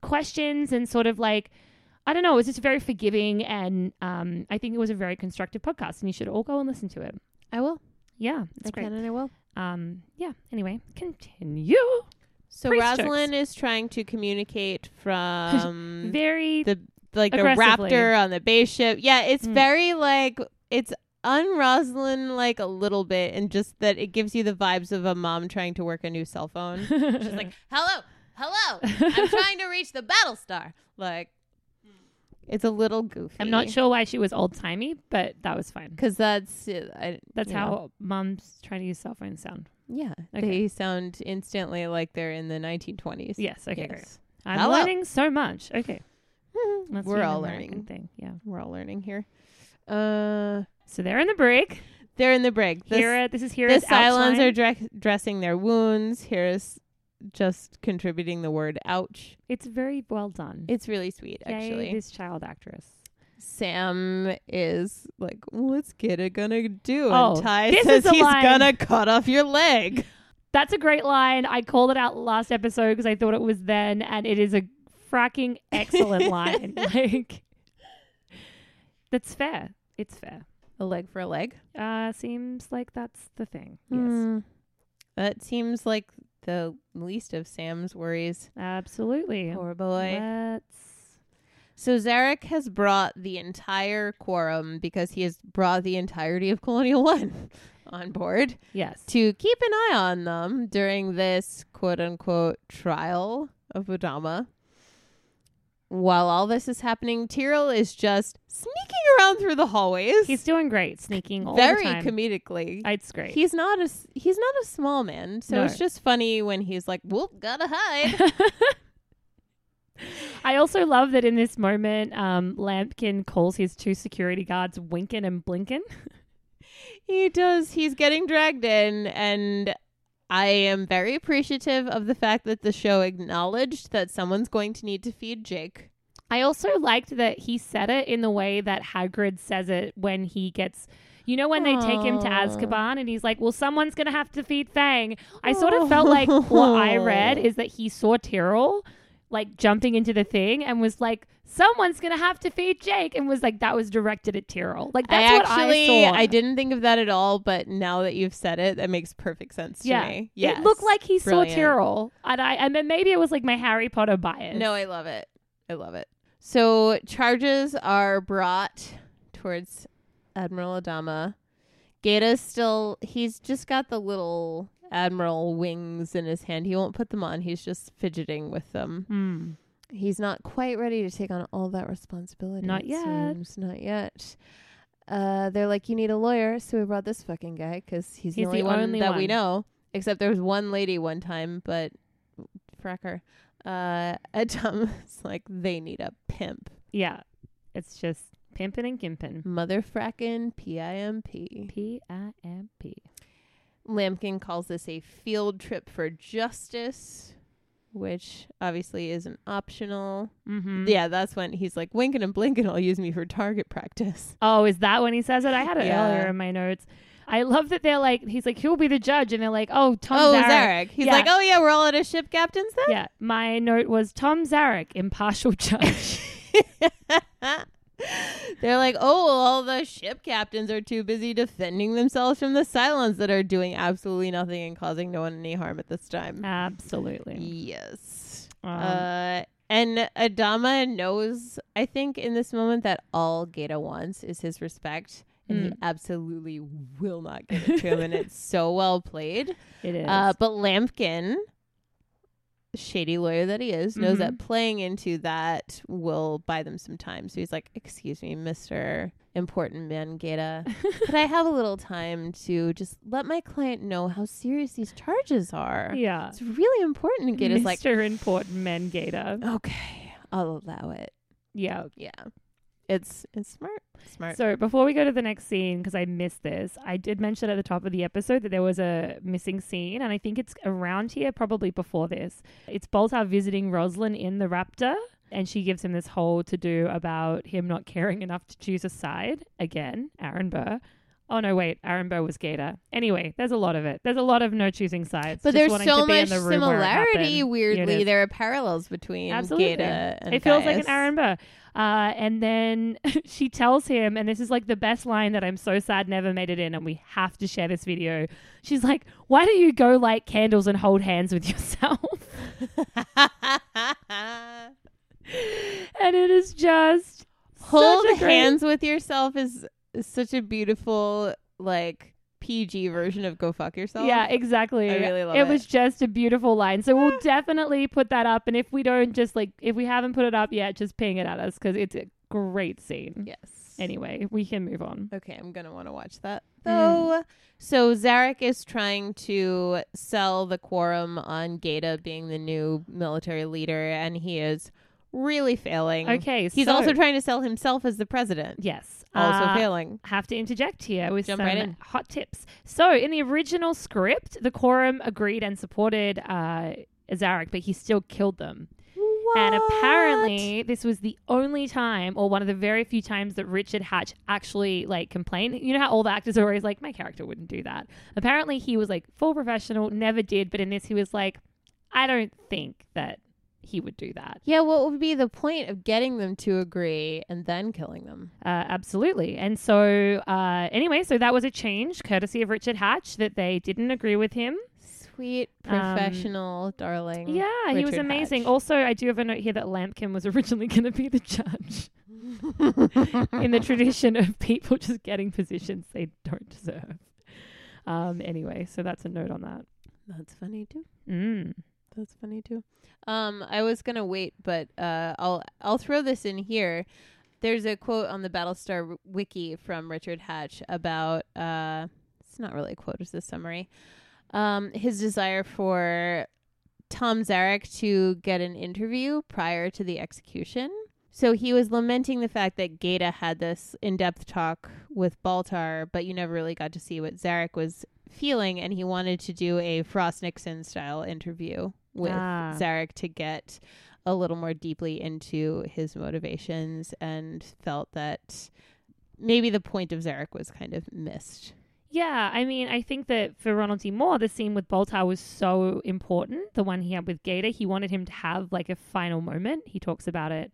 Speaker 1: questions and sort of like I don't know, it was just very forgiving, and um, I think it was a very constructive podcast, and you should all go and listen to it.
Speaker 2: I will.
Speaker 1: Yeah, it's
Speaker 2: I
Speaker 1: great.
Speaker 2: can and I will.
Speaker 1: Um, yeah. Anyway, continue.
Speaker 2: So
Speaker 1: Priest
Speaker 2: Rosalind is trying to communicate from
Speaker 1: Very
Speaker 2: the like the
Speaker 1: Aggressively.
Speaker 2: raptor on the base ship. Yeah, it's
Speaker 1: Mm.
Speaker 2: very like it's un-Rosalind like a little bit, and just that it gives you the vibes of a mom trying to work a new cell phone. She's like, "Hello, hello, I'm trying to reach the battle star." Like, it's a little goofy.
Speaker 1: I'm not sure why she was old timey, but that was fine.
Speaker 2: because that's uh, I,
Speaker 1: That's
Speaker 2: you know.
Speaker 1: how mums trying to use cell phone sound.
Speaker 2: Yeah,
Speaker 1: Okay.
Speaker 2: they sound instantly like they're in the 1920s.
Speaker 1: Yes. Okay. Great.
Speaker 2: Yes.
Speaker 1: I'm
Speaker 2: Hello.
Speaker 1: learning so much. Okay. That's
Speaker 2: We're
Speaker 1: an
Speaker 2: all
Speaker 1: American
Speaker 2: learning.
Speaker 1: Thing. Yeah.
Speaker 2: We're all learning here. Uh,
Speaker 1: So they're in the brig.
Speaker 2: they're in the brig. This,
Speaker 1: Hera, this is
Speaker 2: the
Speaker 1: Hera's
Speaker 2: Cylons
Speaker 1: outline.
Speaker 2: are dre- dressing their wounds. Here's just contributing the word "ouch."
Speaker 1: It's very well done.
Speaker 2: It's really sweet,
Speaker 1: Yay,
Speaker 2: actually.
Speaker 1: this child actress.
Speaker 2: Sam is like, "What's Gitta gonna do?"
Speaker 1: Oh,
Speaker 2: and Ty
Speaker 1: this
Speaker 2: says
Speaker 1: is a
Speaker 2: he's
Speaker 1: line.
Speaker 2: gonna cut off your leg.
Speaker 1: That's a great line. I called it out last episode because I thought it was then, and it is a fracking excellent line. Like, that's fair. It's fair.
Speaker 2: A leg for a leg.
Speaker 1: Uh, seems like that's the thing. Yes,
Speaker 2: Yes. Hmm. That seems like the least of Sam's worries.
Speaker 1: absolutely.
Speaker 2: Poor boy.
Speaker 1: Let's.
Speaker 2: So Zarek has brought the entire quorum because he has brought the entirety of Colonial One on board
Speaker 1: Yes.
Speaker 2: to keep an eye on them during this quote unquote trial of Odama. While all this is happening, Tyrell is just sneaking around through the hallways.
Speaker 1: He's doing great, sneaking all
Speaker 2: very
Speaker 1: the time.
Speaker 2: comedically.
Speaker 1: it's great.
Speaker 2: He's not a s- he's not a small man, so
Speaker 1: No.
Speaker 2: it's just funny when he's like, "Whoop, gotta hide."
Speaker 1: I also love that in this moment, um, Lampkin calls his two security guards Winkin and Blinkin.
Speaker 2: He does. He's getting dragged in, and I am very appreciative of the fact that the show acknowledged that someone's going to need to feed Jake.
Speaker 1: I also liked that he said it in the way that Hagrid says it when he gets. You know when they take him to
Speaker 2: Aw.
Speaker 1: Azkaban and he's like, "Well, someone's gonna have to feed Fang." I sort of felt like what I read is that he saw Tyrell like jumping into the thing and was like, "Someone's gonna have to feed Jake," and was like, "That was directed at Tyrell." Like that's
Speaker 2: I
Speaker 1: what I
Speaker 2: actually
Speaker 1: saw.
Speaker 2: I didn't think of that at all, but now that you've said it, that makes perfect sense to
Speaker 1: Yeah,
Speaker 2: me. Yes.
Speaker 1: it looked like he
Speaker 2: Brilliant.
Speaker 1: saw Tyrell, and I and then maybe it was like my Harry Potter bias.
Speaker 2: No, I love it. I love it. So charges are brought towards Admiral Adama. Gata's still he's just got the little admiral wings in his hand. He won't put them on. He's just fidgeting with them.
Speaker 1: Hmm.
Speaker 2: He's not quite ready to take on all that responsibility.
Speaker 1: Not
Speaker 2: it
Speaker 1: yet.
Speaker 2: seems. Not yet. Uh, they're like, you need a lawyer, so we brought this fucking guy because he's, the
Speaker 1: He's
Speaker 2: only,
Speaker 1: the only
Speaker 2: one that we
Speaker 1: one.
Speaker 2: know. Except there was one lady one time, but frack her. Uh, Ed Thomas, like, they need a pimp.
Speaker 1: Yeah. It's just pimping and gimping.
Speaker 2: Motherfrackin' P-I-M-P.
Speaker 1: P I M P.
Speaker 2: Lampkin calls this a field trip for justice, which obviously isn't optional.
Speaker 1: Mm-hmm.
Speaker 2: Yeah, that's when he's like, winking and blinking, I'll use me for target practice.
Speaker 1: Oh, is that when he says it? I had it
Speaker 2: Yeah.
Speaker 1: earlier in my notes. I love that they're like, he's like, who'll be the judge? And they're like, oh, Tom
Speaker 2: oh,
Speaker 1: Zarek.
Speaker 2: Zarek. He's
Speaker 1: Yeah.
Speaker 2: like, oh, yeah, we're all at a ship captain's then?
Speaker 1: Yeah, my note was Tom Zarek, impartial judge.
Speaker 2: They're like, oh, all the ship captains are too busy defending themselves from the Cylons that are doing absolutely nothing and causing no one any harm at this time.
Speaker 1: Absolutely.
Speaker 2: Yes.
Speaker 1: Um,
Speaker 2: uh, and Adama knows, I think, in this moment that all Gaeta wants is his respect. And he
Speaker 1: Mm.
Speaker 2: absolutely will not give it to him. and it's so well played.
Speaker 1: it is.
Speaker 2: Uh, but Lampkin, shady lawyer that he is, knows
Speaker 1: Mhm.
Speaker 2: that playing into that will buy them some time. So he's like, Excuse me, Mr. Important Man Gaeta, could I have a little time to just let my client know how serious these charges are?
Speaker 1: yeah.
Speaker 2: It's really important. And Gaeta's like, Oh.
Speaker 1: Mr. Important Men Gator.
Speaker 2: Okay, I'll allow it.
Speaker 1: Yeah.
Speaker 2: Yeah. It's it's smart. Smart.
Speaker 1: So before we go to the next scene, because I missed this, I did mention at the top of the episode that there was a missing scene, and I think it's around here, probably before this. It's Boltar visiting Roslyn in the Raptor, and she gives him this whole to do about him not caring enough to choose a side. Again, Aaron Burr. Oh no, wait, Aaron Burr was Gator. Anyway, there's a lot of it. There's a lot of no choosing sides.
Speaker 2: but
Speaker 1: just
Speaker 2: there's
Speaker 1: wanting
Speaker 2: so
Speaker 1: to be in
Speaker 2: much
Speaker 1: the room where it
Speaker 2: similarity,
Speaker 1: happened. Here it
Speaker 2: weirdly.
Speaker 1: is.
Speaker 2: There are parallels between
Speaker 1: Absolutely.
Speaker 2: Gaeta and
Speaker 1: it feels like
Speaker 2: Gaius.
Speaker 1: an Aaron Burr. Uh, and then she tells him, and this is like the best line that I'm so sad never made it in, and we have to share this video. She's like, Why don't you go light candles and hold hands with yourself? and it is just
Speaker 2: Hold
Speaker 1: such a great-
Speaker 2: hands with yourself is is such a beautiful like PG version of go fuck yourself.
Speaker 1: Yeah, exactly.
Speaker 2: I really love
Speaker 1: it was just a beautiful line. So we'll definitely put that up. And if we don't just like, if we haven't put it up yet, just ping it at us because it's a great scene.
Speaker 2: Yes.
Speaker 1: Anyway, we can move on.
Speaker 2: Okay, I'm gonna want to watch that
Speaker 1: Mm.
Speaker 2: though. So Zarek is trying to sell the quorum on Gaeta being the new military leader, and he is really failing.
Speaker 1: Okay.
Speaker 2: He's
Speaker 1: so-
Speaker 2: also trying to sell himself as the president.
Speaker 1: Yes.
Speaker 2: Also
Speaker 1: Uh,
Speaker 2: failing.
Speaker 1: have to interject here with
Speaker 2: Jump
Speaker 1: some
Speaker 2: right in.
Speaker 1: hot tips. So, in the original script, the quorum agreed and supported uh, Zarek, but he still killed them. And apparently, this was the only time, or one of the very few times, that Richard Hatch actually like complained. You know how all the actors are always like, "My character wouldn't do that." Apparently, he was like full professional, never did. But in this, he was like, "I don't think that he would do that."
Speaker 2: Yeah, what would be the point of getting them to agree and then killing them?
Speaker 1: Uh, absolutely. And so, uh, anyway, so that was a change courtesy of Richard Hatch that they didn't agree with him.
Speaker 2: Sweet
Speaker 1: Um,
Speaker 2: professional, darling.
Speaker 1: Yeah, he was
Speaker 2: Mm, Richard
Speaker 1: amazing.
Speaker 2: Hatch.
Speaker 1: Also, I do have a note here that Lampkin was originally going to be the judge in the tradition of people just getting positions they don't deserve. Um, anyway, so that's a note on that.
Speaker 2: That's funny too.
Speaker 1: Mm.
Speaker 2: That's funny too. Um, I was gonna wait, but uh, I'll I'll throw this in here. There's a quote on the Battlestar w- Wiki from Richard Hatch about uh, it's not really a quote, it's a summary. Um, his desire for Tom Zarek to get an interview prior to the execution. So he was lamenting the fact that Gaeta had this in-depth talk with Baltar, but you never really got to see what Zarek was feeling and he wanted to do a Frost Nixon style interview with
Speaker 1: Ah.
Speaker 2: Zarek to get a little more deeply into his motivations and felt that maybe the point of Zarek was kind of missed.
Speaker 1: Yeah, I mean, I think that for Ronald D. Moore, the scene with Boltar was so important. The one he had with Gator, he wanted him to have like a final moment. He talks about it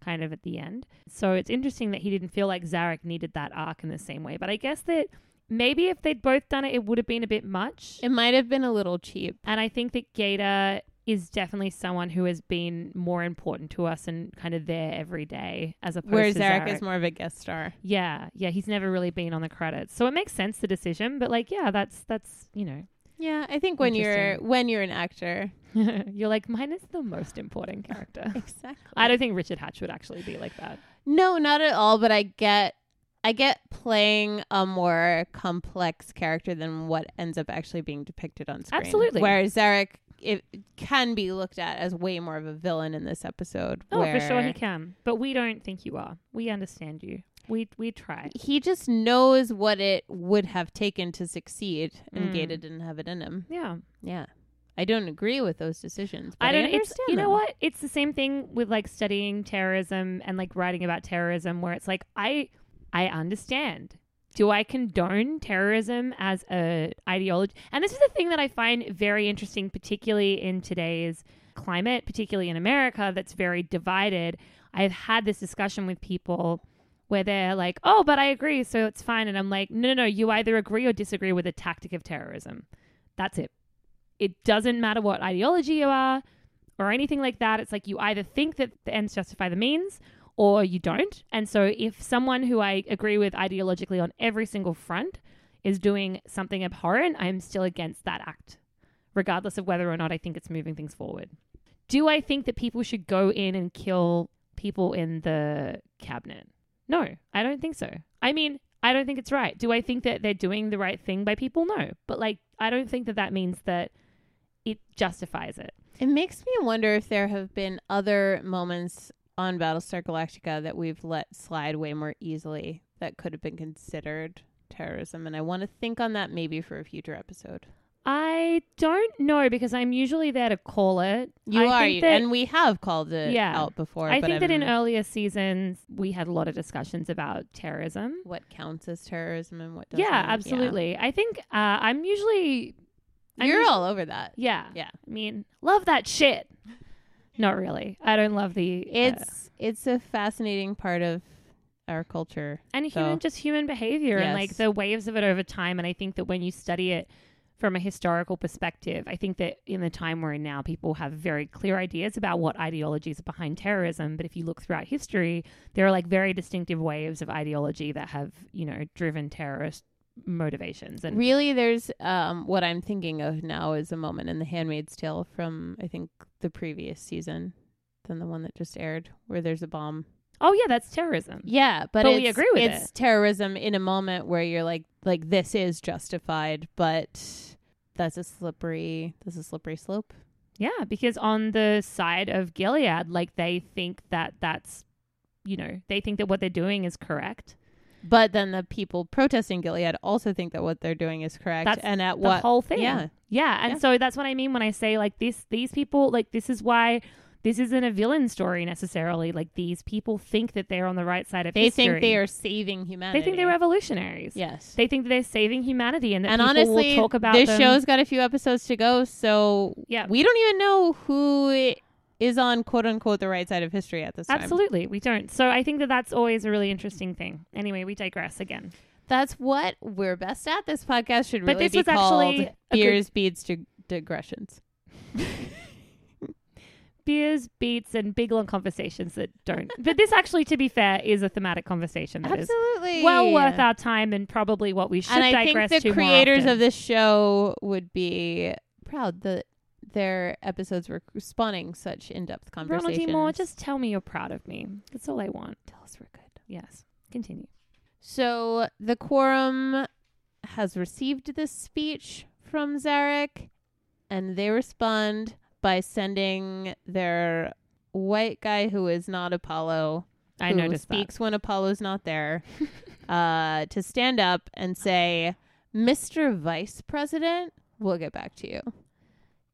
Speaker 1: kind of at the end. So it's interesting that he didn't feel like Zarek needed that arc in the same way. But I guess that maybe if they'd both done it, it would have been a bit much.
Speaker 2: It might have been a little cheap.
Speaker 1: And I think that Gator is definitely someone who has been more important to us and kind of there every day as opposed
Speaker 2: Where
Speaker 1: to
Speaker 2: Zarek is more of a guest star.
Speaker 1: yeah, yeah, he's never really been on the credits. So it makes sense the decision, but like yeah, that's that's, you know,
Speaker 2: Yeah, I think when you're
Speaker 1: Interesting.
Speaker 2: when you're an actor.
Speaker 1: You're like, mine is the most important character.
Speaker 2: Exactly.
Speaker 1: I don't think Richard Hatch would actually be like that.
Speaker 2: No, not at all, but I get I get playing a more complex character than what ends up actually being depicted on screen.
Speaker 1: Absolutely.
Speaker 2: Whereas Zarek it can be looked at as way more of a villain in this episode.
Speaker 1: Oh, for sure
Speaker 2: where
Speaker 1: he can. But we don't think you are. We understand you. We we try.
Speaker 2: He just knows what it would have taken to succeed, and
Speaker 1: Mm.
Speaker 2: Gator didn't have it in him.
Speaker 1: Yeah.
Speaker 2: Yeah, I don't agree with those decisions. But I
Speaker 1: I don't it's,
Speaker 2: understand.
Speaker 1: you know
Speaker 2: them.
Speaker 1: what? It's the same thing with like studying terrorism and like writing about terrorism where it's like I I understand. Do I condone terrorism as a ideology? And this is the thing that I find very interesting particularly in today's climate, particularly in America that's very divided. I've had this discussion with people where they're like, "Oh, but I agree, so it's fine." And I'm like, "No, no, no, you either agree or disagree with a tactic of terrorism. That's it. It doesn't matter what ideology you are or anything like that. It's like you either think that the ends justify the means or you don't. And so if someone who I agree with ideologically on every single front is doing something abhorrent, I'm still against that act, regardless of whether or not I think it's moving things forward. Do I think that people should go in and kill people in the cabinet? No, I don't think so. I mean, I don't think it's right. Do I think that they're doing the right thing by people? No. But like, I don't think that that means that it justifies it.
Speaker 2: It makes me wonder if there have been other moments on Battlestar Galactica that we've let slide way more easily that could have been considered terrorism. And I want to think on that maybe for a future episode.
Speaker 1: I don't know because I'm usually there to call it.
Speaker 2: You
Speaker 1: I
Speaker 2: are,
Speaker 1: think
Speaker 2: you,
Speaker 1: that-
Speaker 2: and we have called it
Speaker 1: Yeah.
Speaker 2: out before.
Speaker 1: I
Speaker 2: but
Speaker 1: think that in
Speaker 2: I'm-
Speaker 1: earlier seasons we had a lot of discussions about terrorism.
Speaker 2: what counts as terrorism and what doesn't.
Speaker 1: Yeah, absolutely. I think uh, I'm usually I'm
Speaker 2: You're
Speaker 1: usu-
Speaker 2: all over that.
Speaker 1: yeah.
Speaker 2: Yeah.
Speaker 1: I mean, love that shit. Not really. I don't love the uh,
Speaker 2: It's it's a fascinating part of our culture.
Speaker 1: and human
Speaker 2: So-
Speaker 1: just human behavior and like
Speaker 2: Yes.
Speaker 1: the waves of it over time and i think that when you study it from a historical perspective i think that in the time we're in now people have very clear ideas about what ideologies are behind terrorism but if you look throughout history there are like very distinctive waves of ideology that have you know driven terrorist motivations and
Speaker 2: really there's um what i'm thinking of now is a moment in the handmaid's tale from i think the previous season than the one that just aired where there's a bomb
Speaker 1: oh yeah that's terrorism
Speaker 2: yeah but,
Speaker 1: But we
Speaker 2: it's,
Speaker 1: agree with
Speaker 2: it's terrorism in a moment where you're like like this is justified but that's a slippery that's a slippery slope
Speaker 1: Yeah, because on the side of Gilead, like they think that that's, you know, they think that what they're doing is correct.
Speaker 2: but then the people protesting gilead also think that what they're doing is correct
Speaker 1: That's
Speaker 2: and at
Speaker 1: the
Speaker 2: what
Speaker 1: whole thing.
Speaker 2: yeah.
Speaker 1: Yeah. And
Speaker 2: Yeah.
Speaker 1: so that's what I mean when I say like this these people like this is why this isn't a villain story necessarily. Like these people think that they're on the right side of
Speaker 2: they
Speaker 1: history.
Speaker 2: think they are saving humanity
Speaker 1: they think they're revolutionaries.
Speaker 2: yes
Speaker 1: They think that they're saving humanity and that
Speaker 2: and
Speaker 1: people
Speaker 2: honestly,
Speaker 1: will talk about
Speaker 2: this
Speaker 1: them.
Speaker 2: show's got a few episodes to go, so
Speaker 1: Yeah.
Speaker 2: we don't even know who i- is on quote unquote the right side of history at this time.
Speaker 1: Absolutely, we don't. So I think that that's always a really interesting thing. Anyway, we digress again.
Speaker 2: That's what we're best at. This podcast should
Speaker 1: But
Speaker 2: really
Speaker 1: this
Speaker 2: be
Speaker 1: was
Speaker 2: called
Speaker 1: actually a good-
Speaker 2: Beers, Beads, Dig- Digressions.
Speaker 1: beers, beats, and big long conversations that don't. but this actually, to be fair, is a thematic conversation that is
Speaker 2: Absolutely.
Speaker 1: well worth our time and probably what we should
Speaker 2: And I think
Speaker 1: digress
Speaker 2: the
Speaker 1: to more
Speaker 2: creators
Speaker 1: often.
Speaker 2: of this show would be proud that their episodes were spawning such in depth
Speaker 1: Ronald
Speaker 2: conversations.
Speaker 1: D. Moore, just tell me you're proud of me. That's all I want.
Speaker 2: tell us we're good.
Speaker 1: Yes. Continue.
Speaker 2: So the quorum has received this speech from Zarek, and they respond by sending their white guy who is not Apollo,
Speaker 1: I
Speaker 2: who
Speaker 1: noticed
Speaker 2: speaks when Apollo's not there, uh, to stand up and say, "Mr. Vice President, we'll get back to you.
Speaker 1: that.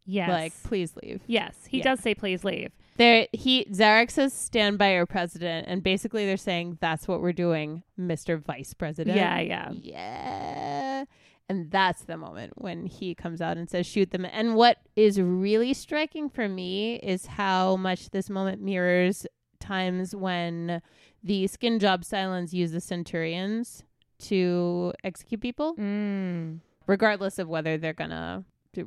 Speaker 1: Yes.
Speaker 2: Like, please leave."
Speaker 1: yes. He
Speaker 2: Yeah.
Speaker 1: does say, please leave.
Speaker 2: There, he Zarek says, "Stand by your president," and basically they're saying that's what we're doing, Mr. Vice President.
Speaker 1: Yeah, yeah.
Speaker 2: Yeah. And that's the moment when he comes out and says, shoot them. And what is really striking for me is how much this moment mirrors times when the skin job Cylons use the Centurions to execute people,
Speaker 1: Mm.
Speaker 2: regardless of whether they're going to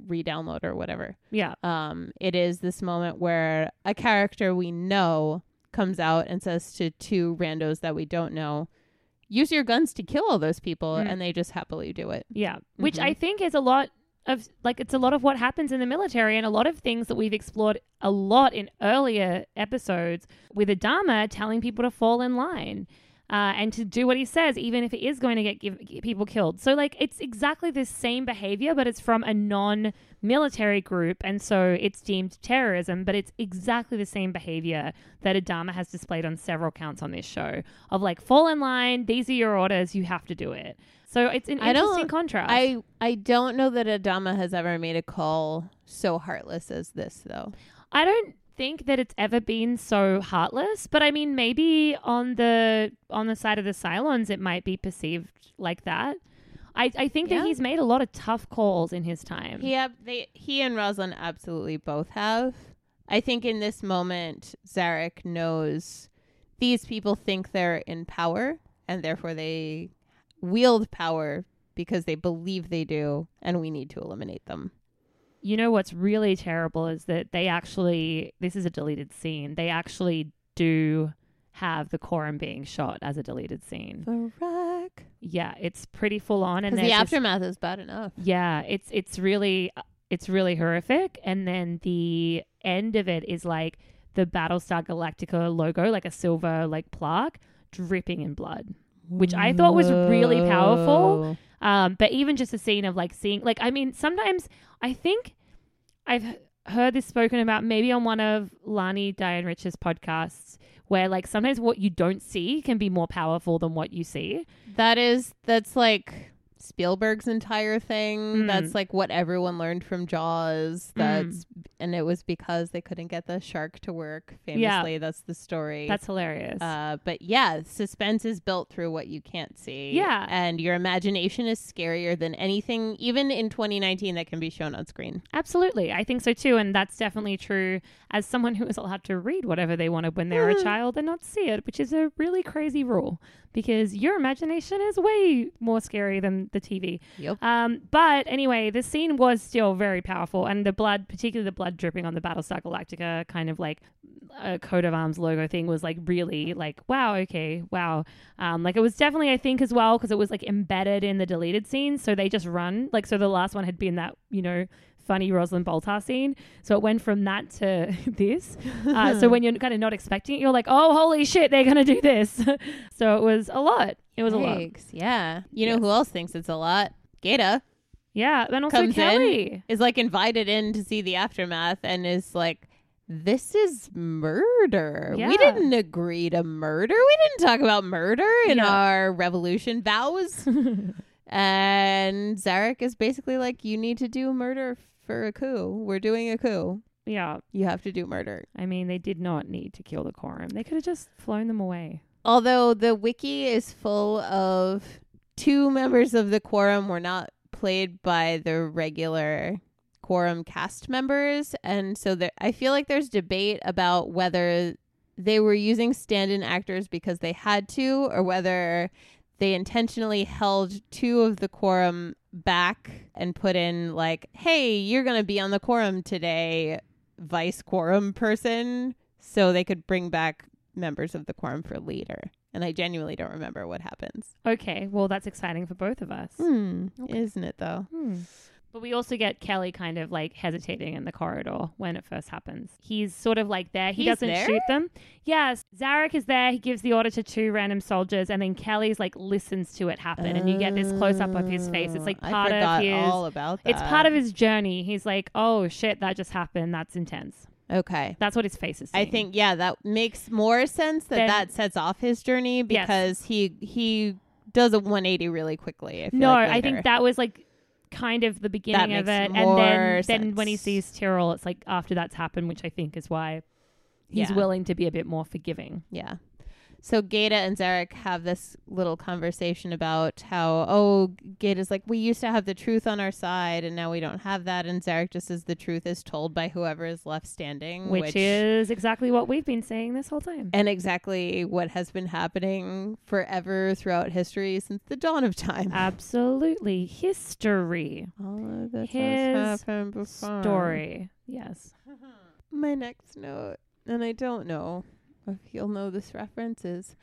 Speaker 2: re download or whatever.
Speaker 1: Yeah.
Speaker 2: Um, it is this moment where a character we know comes out and says to two randos that we don't know, use your guns to kill all those people,
Speaker 1: Mm.
Speaker 2: and they just happily do it.
Speaker 1: Yeah. Which
Speaker 2: Mhm.
Speaker 1: I think is a lot of like it's a lot of what happens in the military and a lot of things that we've explored a lot in earlier episodes with Adama telling people to fall in line. uh, and to do what he says, even if it is going to get give, get people killed. So, like, it's exactly the same behavior, but it's from a non military group, and so it's deemed terrorism, but it's exactly the same behavior that Adama has displayed on several counts on this show of like, fall in line, these are your orders, you have to do it. So, it's an
Speaker 2: I don't-
Speaker 1: interesting contrast.
Speaker 2: I I don't know that Adama has ever made a call so heartless as this though.
Speaker 1: I don't think that it's ever been so heartless, but I mean maybe on the on the side of the Cylons it might be perceived like that. I, I think
Speaker 2: Yeah.
Speaker 1: that he's made a lot of tough calls in his time.
Speaker 2: He ab- they he and Rosalind absolutely both have. I think in this moment Zarek knows these people think they're in power and therefore they wield power because they believe they do and we need to eliminate them.
Speaker 1: You know what's really terrible is that they actually this is a deleted scene. They actually do have the Quorum being shot as a deleted scene.
Speaker 2: Zarek.
Speaker 1: Yeah, it's pretty full on and
Speaker 2: Because
Speaker 1: there's
Speaker 2: the
Speaker 1: this-
Speaker 2: aftermath is bad enough.
Speaker 1: Yeah, it's it's really uh, it's really horrific. And then the end of it is like the Battlestar Galactica logo, like a silver like plaque, dripping in blood. Which I thought was really powerful. Um, but even just a scene of like seeing, like I mean, sometimes I think I've h- heard this spoken about maybe on one of Lani Diane Rich's podcasts, where like sometimes what you don't see can be more powerful than what you see.
Speaker 2: That is that's like Spielberg's entire thing.
Speaker 1: Mm.
Speaker 2: That's like what everyone learned from Jaws. That's and it was because they couldn't get the shark to work.
Speaker 1: Yeah.
Speaker 2: Famously, that's the story.
Speaker 1: That's hilarious.
Speaker 2: uh, but yeah, suspense is built through what you can't see.
Speaker 1: Yeah.
Speaker 2: and your imagination is scarier than anything, even in 2019, that can be shown on screen.
Speaker 1: Absolutely. I think so too. And that's definitely true as someone who was allowed to read whatever they wanted when they were a child and not see it, which is a really crazy rule because your imagination is way more scary than the TV.
Speaker 2: Yep.
Speaker 1: Um, but anyway, the scene was still very powerful. And the blood, particularly the blood dripping on the Battlestar Galactica kind of like a coat of arms logo thing was like really like wow okay wow um like it was definitely i think as well because it was like embedded in the deleted scene so they just run like so the last one had been that you know funny rosalind boltar scene so it went from that to this uh, so when you're kind of not expecting it you're like oh holy shit they're gonna do this so it was a lot it was a lot
Speaker 2: Yikes, Yeah, you know
Speaker 1: Yes.
Speaker 2: who else thinks it's a lot? Gata.
Speaker 1: yeah and also
Speaker 2: Comes in.
Speaker 1: kelly
Speaker 2: is like invited in to see the aftermath and is like this is murder.
Speaker 1: Yeah.
Speaker 2: We didn't agree to murder. We didn't talk about murder in
Speaker 1: Yeah.
Speaker 2: our revolution vows. and Zarek is basically like, you need to do murder for a coup. We're doing a coup.
Speaker 1: yeah
Speaker 2: You have to do murder.
Speaker 1: i mean they did not need to kill the quorum they could have just flown them away
Speaker 2: Although the wiki is full of two members of the quorum were not played by the regular quorum cast members, and so there, I feel like there's debate about whether they were using stand-in actors because they had to, or whether they intentionally held two of the quorum back and put in like, "Hey, you're going to be on the quorum today, vice quorum person," so they could bring back members of the quorum for later. And I genuinely don't remember what happens.
Speaker 1: okay well that's exciting for both of us
Speaker 2: Hmm.
Speaker 1: Hmm,
Speaker 2: Isn't it though?
Speaker 1: But we also get Kelly kind of like hesitating in the corridor when it first happens. He's sort of like there. He
Speaker 2: He's
Speaker 1: doesn't
Speaker 2: there?
Speaker 1: shoot them. Yes, Zarek is there. He gives the order to two random soldiers, and then Kelly's like listens to it happen, and you get this close up of his face. It's like
Speaker 2: Oh,
Speaker 1: part
Speaker 2: I forgot
Speaker 1: of his.
Speaker 2: all about that.
Speaker 1: it's part of his journey. He's like, "Oh shit, that just happened. That's intense."
Speaker 2: Okay.
Speaker 1: That's what his face is.
Speaker 2: I
Speaker 1: seeing.
Speaker 2: think yeah, that makes more sense that
Speaker 1: Then-
Speaker 2: that sets off his journey
Speaker 1: Yes.
Speaker 2: because he he does a 180 really quickly. I feel
Speaker 1: No,
Speaker 2: like
Speaker 1: I
Speaker 2: later.
Speaker 1: think that was like kind of the beginning of
Speaker 2: makes
Speaker 1: it, and then
Speaker 2: more
Speaker 1: then when he
Speaker 2: sense.
Speaker 1: sees Tyrell, it's like after that's happened, which I think is why he's
Speaker 2: Yeah.
Speaker 1: willing to be a bit more forgiving.
Speaker 2: Yeah. So Gata and Zarek have this little conversation about how, oh, Gata's like, we used to have the truth on our side and now we don't have that. And Zarek just says the truth is told by whoever is left standing,
Speaker 1: which, is exactly what we've been saying this whole time.
Speaker 2: And exactly what has been happening forever throughout history since the dawn of time.
Speaker 1: Uh, Absolutely. History.
Speaker 2: All of this
Speaker 1: his
Speaker 2: has happened before.
Speaker 1: Story. Yes.
Speaker 2: My next note, and I don't know if you'll know this reference, is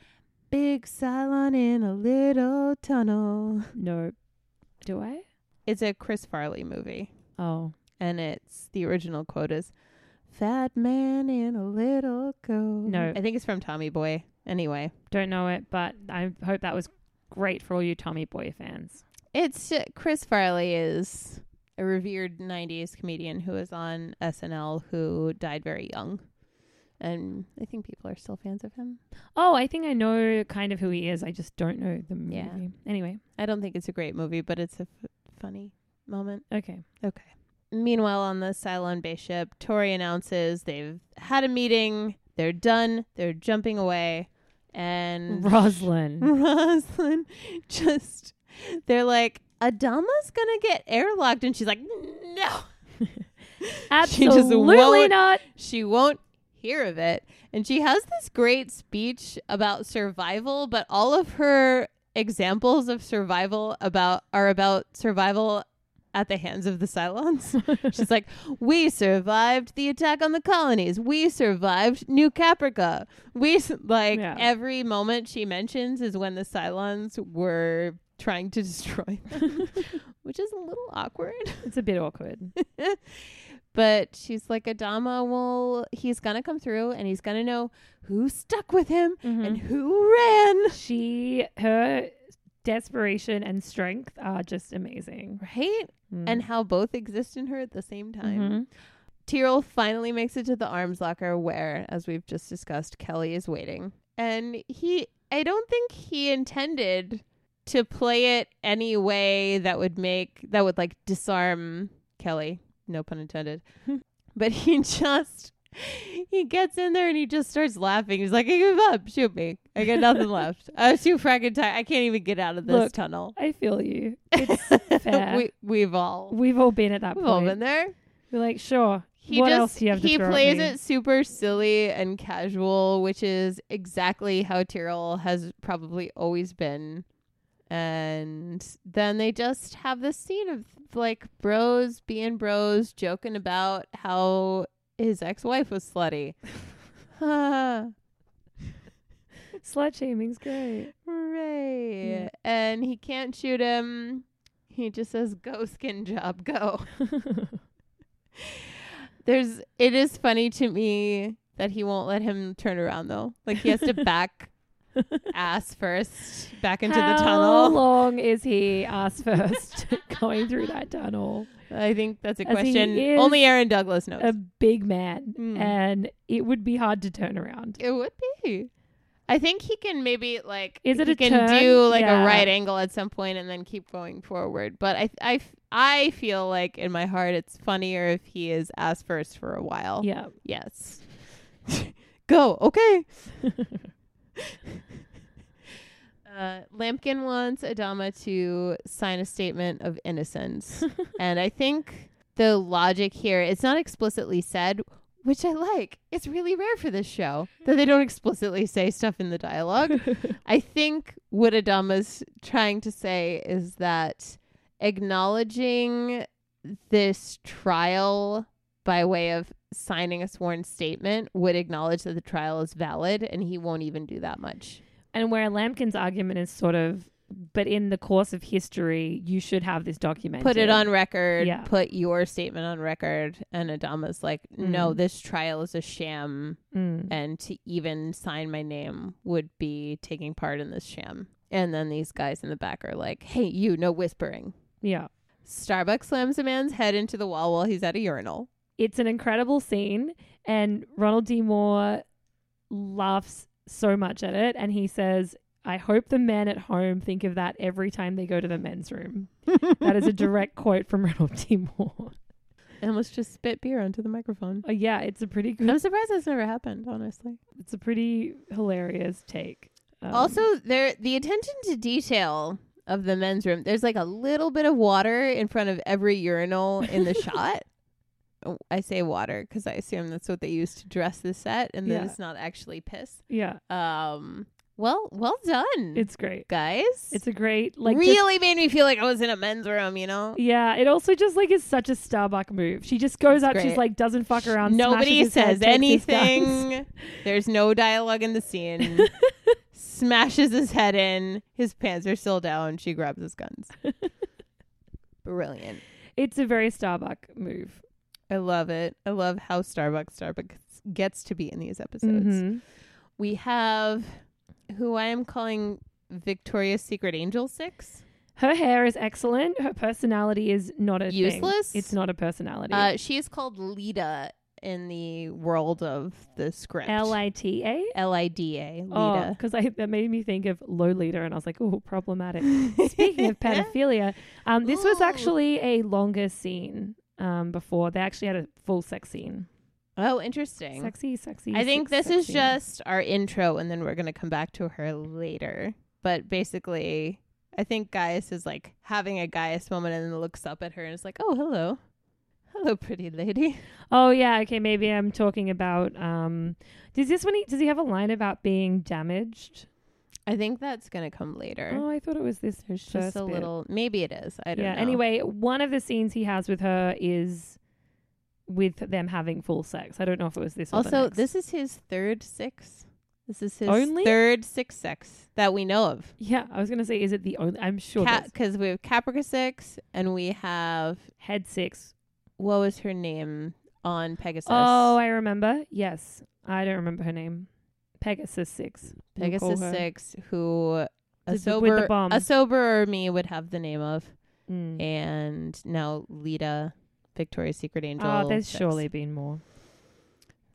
Speaker 2: Big Cylon in a Little Tunnel.
Speaker 1: No. Do I?
Speaker 2: It's a Chris Farley movie,
Speaker 1: Oh.
Speaker 2: and it's the original quote is Fat man in a little coat.
Speaker 1: No.
Speaker 2: I think it's from Tommy Boy. Anyway,
Speaker 1: Don't know it, but I hope that was great for all you Tommy Boy fans.
Speaker 2: it's uh, Chris Farley is a revered 90s comedian who was on SNL who died very young. And I think people are still fans of him.
Speaker 1: Oh, I think I know kind of who he is. I just don't know the movie.
Speaker 2: Yeah.
Speaker 1: Anyway,
Speaker 2: I don't think it's a great movie, but it's a f- funny moment.
Speaker 1: okay.
Speaker 2: Okay. Meanwhile, on the Cylon base ship, Tori announces they've had a meeting, they're done, they're jumping away, and
Speaker 1: Roslyn.
Speaker 2: Roslyn just they're like, Adama's gonna get airlocked, and she's like, No, She just
Speaker 1: Absolutely
Speaker 2: won't-
Speaker 1: not.
Speaker 2: she won't hear of it. And she has this great speech about survival, but all of her examples of survival about are about survival at the hands of the Cylons. She's like, "We survived the attack on the colonies. We survived New Caprica. We s- like
Speaker 1: Yeah.
Speaker 2: every moment she mentions is when the Cylons were trying to destroy them, which is a little awkward."
Speaker 1: It's a bit awkward.
Speaker 2: But she's like, Adama will, he's going to come through and he's going to know who stuck with him and who ran.
Speaker 1: she, her desperation and strength are just amazing.
Speaker 2: Right?
Speaker 1: Mm.
Speaker 2: And how both exist in her at the same time.
Speaker 1: Mhm.
Speaker 2: Tyrell finally makes it to the arms locker where, as we've just discussed, Kelly is waiting. And he, I don't think he intended to play it any way that would make, that would like disarm Kelly. No pun intended. but he just, he gets in there and he just starts laughing. He's like, I give up. Shoot me. I got nothing left. I was too fracking tired. I can't even get out of this
Speaker 1: Look,
Speaker 2: tunnel.
Speaker 1: I feel you. It's fair.
Speaker 2: we, we've all,
Speaker 1: We've all been at that
Speaker 2: we've
Speaker 1: point.
Speaker 2: all been there.
Speaker 1: We're like, sure.
Speaker 2: He
Speaker 1: what
Speaker 2: just
Speaker 1: else do you have to
Speaker 2: he
Speaker 1: throw at
Speaker 2: plays
Speaker 1: me?
Speaker 2: it super silly and casual, which is exactly how Tyrell has probably always been. And then they just have this scene of like bros being bros, joking about how his ex-wife was slutty. Ah.
Speaker 1: Slut shaming's great.
Speaker 2: Hooray!
Speaker 1: Yeah.
Speaker 2: And he can't shoot him. He just says, "Go skin job, go." There's it is funny to me that he won't let him turn around though. Like he has to back ass first back into
Speaker 1: How
Speaker 2: the tunnel.
Speaker 1: long is he ass first going through that tunnel?
Speaker 2: I think that's a
Speaker 1: As he
Speaker 2: question
Speaker 1: is
Speaker 2: only Aaron Douglas knows.
Speaker 1: A big man,
Speaker 2: Mm.
Speaker 1: and it would be hard to turn around.
Speaker 2: it would be. I think he can maybe like
Speaker 1: Is it
Speaker 2: he
Speaker 1: a
Speaker 2: can
Speaker 1: turn?
Speaker 2: do like
Speaker 1: Yeah.
Speaker 2: a right angle at some point and then keep going forward. But I I I feel like in my heart it's funnier if he is ass first for a while.
Speaker 1: Yeah.
Speaker 2: Yes. Go. Okay. uh, Lampkin wants Adama to sign a statement of innocence. and I think the logic here, it's not explicitly said, which I like. It's really rare for this show that they don't explicitly say stuff in the dialogue. I think what Adama's trying to say is that acknowledging this trial by way of signing a sworn statement would acknowledge that the trial is valid and he won't even do that much.
Speaker 1: And where Lampkin's argument is sort of, but in the course of history, you should have this document.
Speaker 2: Put it on record,
Speaker 1: Yeah.
Speaker 2: put your statement on record. And Adama's like,
Speaker 1: Mm-hmm.
Speaker 2: no, this trial is a sham.
Speaker 1: Mm,
Speaker 2: And to even sign my name would be taking part in this sham. And then these guys in the back are like, hey, you, no whispering.
Speaker 1: Yeah.
Speaker 2: Starbucks slams a man's head into the wall while he's at a urinal.
Speaker 1: It's an incredible scene, and Ronald D. Moore laughs so much at it, and he says, I hope the men at home think of that every time they go to the men's room. that is a direct quote from Ronald D. Moore.
Speaker 2: I almost just spit beer onto the microphone.
Speaker 1: Uh, yeah, it's a pretty good,
Speaker 2: I'm surprised that's never happened, honestly.
Speaker 1: it's a pretty hilarious take. Um,
Speaker 2: also, there the attention to detail of the men's room. There's like a little bit of water in front of every urinal in the shot. Oh, I say water because I assume that's what they use to dress the set, and then
Speaker 1: Yeah.
Speaker 2: it's not actually piss.
Speaker 1: yeah,
Speaker 2: Um, well, well done,
Speaker 1: it's great.
Speaker 2: guys.
Speaker 1: It's a great, like, just-
Speaker 2: really made me feel like I was in a men's room. You know,
Speaker 1: Yeah, it also just like is such a Starbucks move. She just goes up, she's
Speaker 2: great.
Speaker 1: like doesn't fuck around.
Speaker 2: Nobody
Speaker 1: smashes his head,
Speaker 2: says
Speaker 1: takes his guns.
Speaker 2: anything. There's no dialogue in the scene. Smashes his head in. His pants are still down. She grabs his guns. Brilliant.
Speaker 1: It's a very Starbucks move.
Speaker 2: I love it. I love how Starbucks Starbucks gets to be in these episodes.
Speaker 1: Mhm.
Speaker 2: We have who I am calling Victoria's Secret Angel Six.
Speaker 1: Her hair is excellent. Her personality is not a thing.
Speaker 2: Useless?
Speaker 1: It's not a personality.
Speaker 2: Uh, she is called Lita in the world of the script.
Speaker 1: L I T A.
Speaker 2: L I D A.
Speaker 1: Oh,
Speaker 2: Lita.
Speaker 1: because that made me think of Lolita, and I was like, "Oh, problematic." Speaking of pedophilia, um, this was
Speaker 2: Ooh.
Speaker 1: actually a longer scene um, before they actually had a full sex scene.
Speaker 2: oh, interesting.
Speaker 1: Sexy, sexy.
Speaker 2: I think
Speaker 1: sex-
Speaker 2: this is
Speaker 1: sexy.
Speaker 2: just our intro, and then we're going to come back to her later. But basically, I think Gaius is like having a Gaius moment and then looks up at her and is like, oh, hello. Hello, pretty lady.
Speaker 1: Oh yeah, okay. Maybe I'm talking about. Um, does this one? He, does he have a line about being damaged?
Speaker 2: I think that's going to come later.
Speaker 1: Oh, I thought it was this.
Speaker 2: There's just
Speaker 1: first
Speaker 2: a
Speaker 1: bit.
Speaker 2: little, maybe it is. I don't
Speaker 1: yeah.
Speaker 2: know.
Speaker 1: Anyway, one of the scenes he has with her is with them having full sex. I don't know if it was this. or the
Speaker 2: also,
Speaker 1: next.
Speaker 2: this is his third six. This is his
Speaker 1: Only?
Speaker 2: third six sex that we know of.
Speaker 1: Yeah, I was gonna say, is it the only? I'm sure. that's
Speaker 2: Because we have Caprica six and we have,
Speaker 1: Head six.
Speaker 2: what was her name on Pegasus?
Speaker 1: Oh, I remember. Yes, I don't remember her name. Pegasus six. We'll call
Speaker 2: Pegasus
Speaker 1: her.
Speaker 2: Six, who a
Speaker 1: This is with the
Speaker 2: sober
Speaker 1: bomb.
Speaker 2: a soberer me would have the name of,
Speaker 1: Mm.
Speaker 2: and now Lita, Victoria's Secret Angel.
Speaker 1: Oh, there's
Speaker 2: Six.
Speaker 1: surely been more.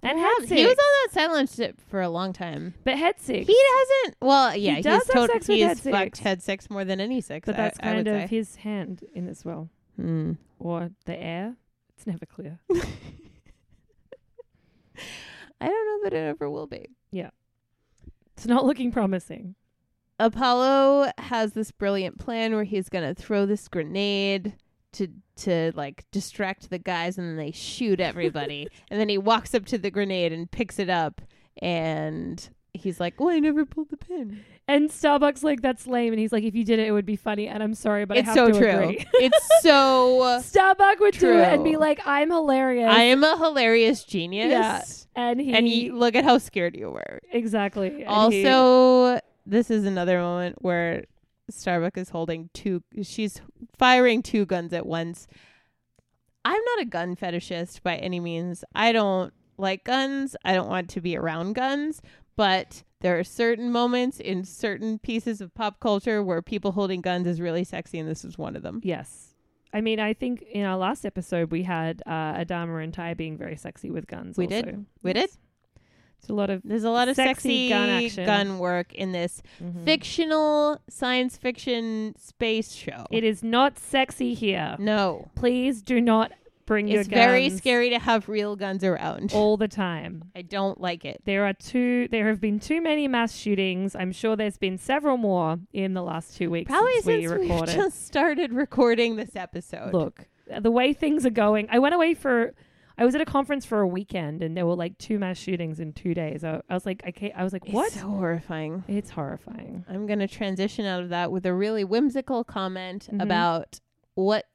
Speaker 1: And
Speaker 2: Perhaps.
Speaker 1: head six.
Speaker 2: he was on that silent ship for a long time.
Speaker 1: but head six.
Speaker 2: He hasn't. Well, yeah,
Speaker 1: does have
Speaker 2: he's tot-
Speaker 1: sex with
Speaker 2: he's
Speaker 1: Head Six.
Speaker 2: fucked head six more than any six.
Speaker 1: but
Speaker 2: I-
Speaker 1: that's
Speaker 2: I would
Speaker 1: kind of
Speaker 2: say.
Speaker 1: his hand in this well,
Speaker 2: Hmm.
Speaker 1: or the air. It's never clear.
Speaker 2: I don't know that it ever will be.
Speaker 1: It's not looking promising.
Speaker 2: Apollo has this brilliant plan where he's gonna throw this grenade to to like distract the guys and then they shoot everybody. and then he walks up to the grenade and picks it up and he's like, Oh, I never pulled the pin.
Speaker 1: And Starbucks like that's lame, and he's like, if you did it, it would be funny. And I'm sorry, but
Speaker 2: it's
Speaker 1: I have
Speaker 2: so
Speaker 1: to
Speaker 2: true.
Speaker 1: agree.
Speaker 2: It's so
Speaker 1: Starbucks would do it and be
Speaker 2: True.
Speaker 1: like, I'm hilarious.
Speaker 2: I am a hilarious genius.
Speaker 1: Yeah. and he
Speaker 2: And you look at how scared you were.
Speaker 1: exactly. And he-
Speaker 2: Also, this is another moment where Starbuck is holding two. She's firing two guns at once. I'm not a gun fetishist by any means. I don't like guns. I don't want to be around guns. But there are certain moments in certain pieces of pop culture where people holding guns is really sexy, and this is one of them.
Speaker 1: Yes. I mean, I think in our last episode we had uh, Adama and Ty being very sexy with guns.
Speaker 2: We
Speaker 1: also.
Speaker 2: did. We did.
Speaker 1: It's a lot of
Speaker 2: There's a lot of
Speaker 1: Sexy
Speaker 2: sexy,
Speaker 1: gun action.
Speaker 2: gun work in this
Speaker 1: mm-hmm.
Speaker 2: fictional science fiction space show.
Speaker 1: It is not sexy here.
Speaker 2: no.
Speaker 1: Please do not bring your
Speaker 2: It's very
Speaker 1: guns
Speaker 2: scary to have real guns around.
Speaker 1: all the time.
Speaker 2: I don't like it.
Speaker 1: There are too. There have been too many mass shootings. I'm sure there's been several more in the last two weeks
Speaker 2: Probably
Speaker 1: since,
Speaker 2: since
Speaker 1: we
Speaker 2: we have
Speaker 1: recorded.
Speaker 2: just started recording this episode.
Speaker 1: Look, the way things are going, I went away for. I was at a conference for a weekend, and there were like two mass shootings in two days. I, I was like, I can't. I was like,
Speaker 2: It's
Speaker 1: what?
Speaker 2: so horrifying.
Speaker 1: It's horrifying.
Speaker 2: I'm going to transition out of that with a really whimsical comment
Speaker 1: Mhm.
Speaker 2: about what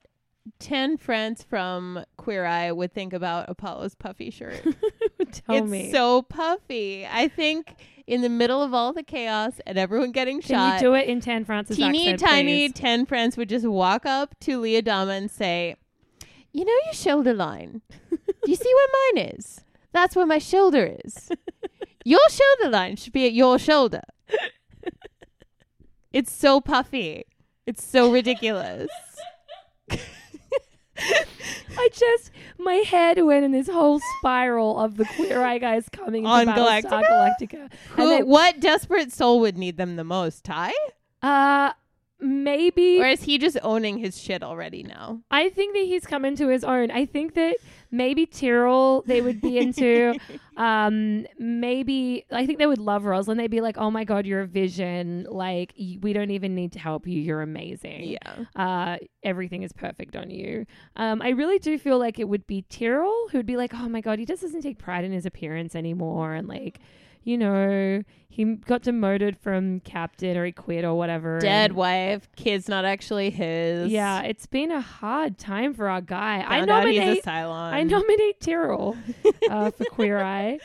Speaker 2: 10 friends from Queer Eye would think about Apollo's puffy shirt.
Speaker 1: Tell
Speaker 2: it's
Speaker 1: me.
Speaker 2: so puffy. I think in the middle of all the chaos and everyone getting
Speaker 1: Can
Speaker 2: shot,
Speaker 1: you do it in Tan Francis
Speaker 2: teeny
Speaker 1: accent,
Speaker 2: tiny
Speaker 1: please?
Speaker 2: 10 friends would just walk up to Leah Dama and say, You know your shoulder line. Do you see where mine is? That's where my shoulder is. Your shoulder line should be at your shoulder. It's so puffy. It's so ridiculous.
Speaker 1: I just my head went in this whole spiral of the queer eye guys coming
Speaker 2: On
Speaker 1: to Battlestar Galactica.
Speaker 2: Who,
Speaker 1: And they-
Speaker 2: what desperate soul would need them the most, Ty?
Speaker 1: uh maybe
Speaker 2: Or is he just owning his shit already now?
Speaker 1: I think that he's come into his own. I think that maybe Tyrell they would be into. um, maybe I think they would love Rosalind. They'd be like, "Oh my god, you're a vision! Like y- we don't even need to help you. You're amazing.
Speaker 2: Yeah.
Speaker 1: Uh, everything is perfect on you." Um, I really do feel like it would be Tyrell who'd be like, "Oh my god, he just doesn't take pride in his appearance anymore," and like. You know, he got demoted from captain or he quit or whatever.
Speaker 2: Dead
Speaker 1: and-
Speaker 2: wife, kids not actually his.
Speaker 1: yeah, it's been a hard time for our guy. I
Speaker 2: Found out he's
Speaker 1: nominate.
Speaker 2: a Cylon.
Speaker 1: I nominate Tyrrell uh, for Queer Eye.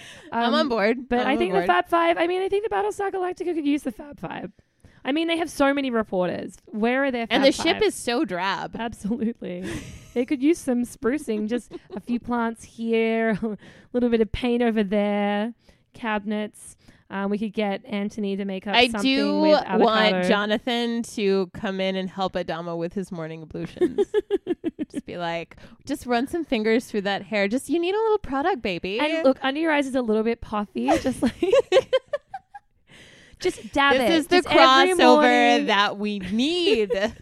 Speaker 1: Um,
Speaker 2: I'm on board.
Speaker 1: But
Speaker 2: I'm
Speaker 1: I
Speaker 2: on
Speaker 1: think
Speaker 2: board.
Speaker 1: the Fab Five. I mean, I think the Battlestar Galactica could use the Fab Five. I mean, they have so many reporters. Where are their? Fab
Speaker 2: and the
Speaker 1: Five?
Speaker 2: ship is so drab.
Speaker 1: absolutely. They could use some sprucing, just a few plants here, a little bit of paint over there, cabinets. Um, we could get Anthony to make up
Speaker 2: I
Speaker 1: something
Speaker 2: do
Speaker 1: with avocado.
Speaker 2: want Jonathan to come in and help Adama with his morning ablutions. just be like, just run some fingers through that hair. Just you need a little product, baby.
Speaker 1: And look, under your eyes is a little bit puffy, just like just dab
Speaker 2: this
Speaker 1: it.
Speaker 2: is the
Speaker 1: Just every
Speaker 2: crossover
Speaker 1: morning.
Speaker 2: that we need.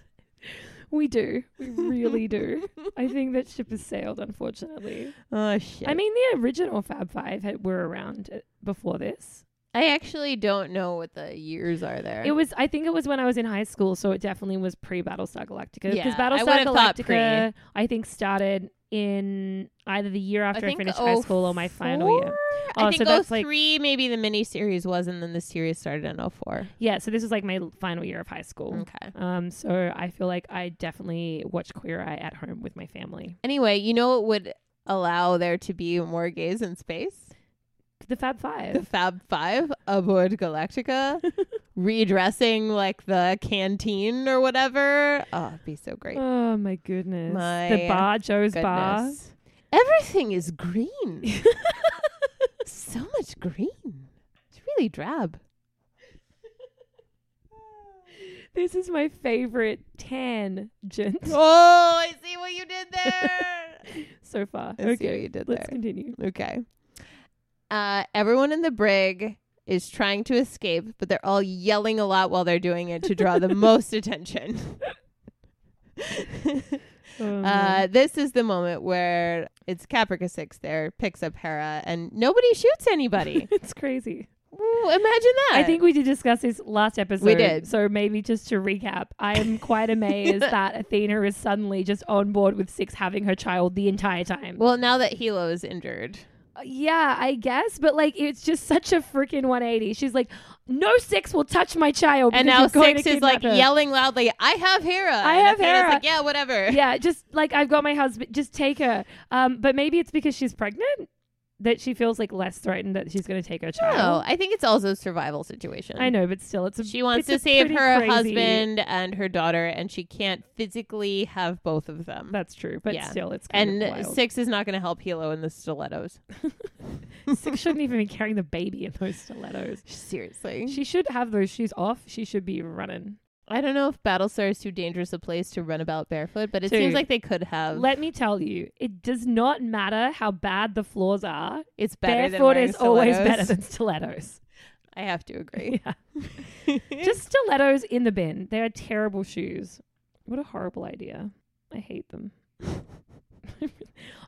Speaker 1: we do. We really do. I think that ship has sailed, unfortunately.
Speaker 2: oh shit!
Speaker 1: I mean, the original Fab Five had, were around uh, before this.
Speaker 2: I actually don't know what the years are there.
Speaker 1: It was, I think, it was when I was in high school, so it definitely was pre Battlestar Galactica. Because
Speaker 2: Yeah, I
Speaker 1: Battlestar
Speaker 2: would've thought
Speaker 1: Galactica, I think, started in either the year after I,
Speaker 2: think
Speaker 1: finished high school or my final
Speaker 2: 04?
Speaker 1: year.
Speaker 2: I
Speaker 1: Oh,
Speaker 2: think
Speaker 1: so that's like-
Speaker 2: 03 maybe the mini series was, and then the series started in 04.
Speaker 1: Yeah, so this was like my l- final year of high school.
Speaker 2: Okay.
Speaker 1: Um, so I feel like I definitely watched Queer Eye at home with my family.
Speaker 2: Anyway, you know what would allow there to be more gays in space?
Speaker 1: The Fab Five.
Speaker 2: The Fab Five aboard Galactica, redressing like the canteen or whatever. Oh, it'd be so great.
Speaker 1: Oh my goodness.
Speaker 2: My
Speaker 1: the bar, Joe's bar.
Speaker 2: Goodness. Everything is green. so much green. It's really drab.
Speaker 1: This is my favorite tan gent
Speaker 2: Oh, I see what you did there.
Speaker 1: so far.
Speaker 2: I see what
Speaker 1: okay,
Speaker 2: you did
Speaker 1: let's
Speaker 2: there.
Speaker 1: continue.
Speaker 2: Okay. Uh, everyone in the brig is trying to escape, but they're all yelling a lot while they're doing it to draw the most attention.
Speaker 1: Um,
Speaker 2: uh, this is the moment where it's Caprica Six there picks up Hera, and nobody shoots anybody.
Speaker 1: it's crazy.
Speaker 2: Ooh, imagine that.
Speaker 1: I think we did discuss this last episode.
Speaker 2: did.
Speaker 1: So maybe just to recap, I am quite amazed that Athena is suddenly just on board with Six having her child the entire time.
Speaker 2: Well, now that Hilo is injured,
Speaker 1: Uh, Yeah, I guess, but like it's just such a freaking 180. She's like, "No six will touch my child."
Speaker 2: and
Speaker 1: because
Speaker 2: now
Speaker 1: you're going
Speaker 2: Six
Speaker 1: to
Speaker 2: is like
Speaker 1: kidnap her."
Speaker 2: yelling loudly, "I have Hera."
Speaker 1: I
Speaker 2: And
Speaker 1: have
Speaker 2: Athena's
Speaker 1: Hera.
Speaker 2: Like, yeah, whatever.
Speaker 1: Yeah, just like I've got my husband, just take her. Um, but maybe it's because she's pregnant that she feels like less threatened that she's going to take her
Speaker 2: No,
Speaker 1: child.
Speaker 2: Oh, I think it's also a survival situation.
Speaker 1: I know, but still, it's a,
Speaker 2: Oh, um, She wants
Speaker 1: it's
Speaker 2: to
Speaker 1: a
Speaker 2: save
Speaker 1: pretty
Speaker 2: her
Speaker 1: crazy-
Speaker 2: husband and her daughter, and she can't physically have both of them.
Speaker 1: That's true, but
Speaker 2: Yeah.
Speaker 1: still, it's kind of
Speaker 2: and uh,
Speaker 1: wild.
Speaker 2: six is not going to help Hilo in the stilettos.
Speaker 1: six shouldn't even be carrying the baby in those stilettos.
Speaker 2: Seriously,
Speaker 1: She should have those shoes off. She should be running.
Speaker 2: I don't know if Battlestar is too dangerous a place to run about barefoot, but it
Speaker 1: Dude.
Speaker 2: seems like they could have.
Speaker 1: Let me tell you, it does not matter how bad the flaws are.
Speaker 2: it's better than
Speaker 1: Barefoot
Speaker 2: wearing
Speaker 1: is always
Speaker 2: stilettos.
Speaker 1: better than stilettos.
Speaker 2: I have to agree.
Speaker 1: Yeah. Just stilettos in the bin. They are terrible shoes. What a horrible idea. I hate them.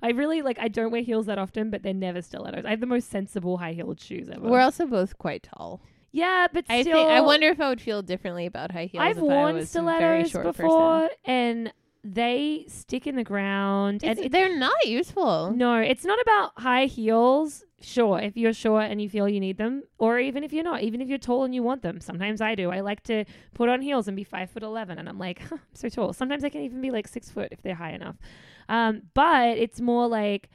Speaker 1: I really like I don't wear heels that often, but they're never stilettos. I have the most sensible high heeled shoes ever.
Speaker 2: We're also both quite tall.
Speaker 1: yeah, but still
Speaker 2: I think I wonder if I would feel differently about high heels.
Speaker 1: I've
Speaker 2: if I
Speaker 1: worn
Speaker 2: was a very
Speaker 1: stilettos
Speaker 2: short
Speaker 1: before
Speaker 2: Person.
Speaker 1: and they stick in the ground
Speaker 2: It's-
Speaker 1: and it,
Speaker 2: they're not useful.
Speaker 1: no, it's not about high heels. Sure, if you're short and you feel you need them, or even if you're not, even if you're tall and you want them. Sometimes I do. I like to put on heels and be five foot eleven, and I'm like, huh, I'm so tall. Sometimes I can even be like six foot if they're high enough. Um, but it's more like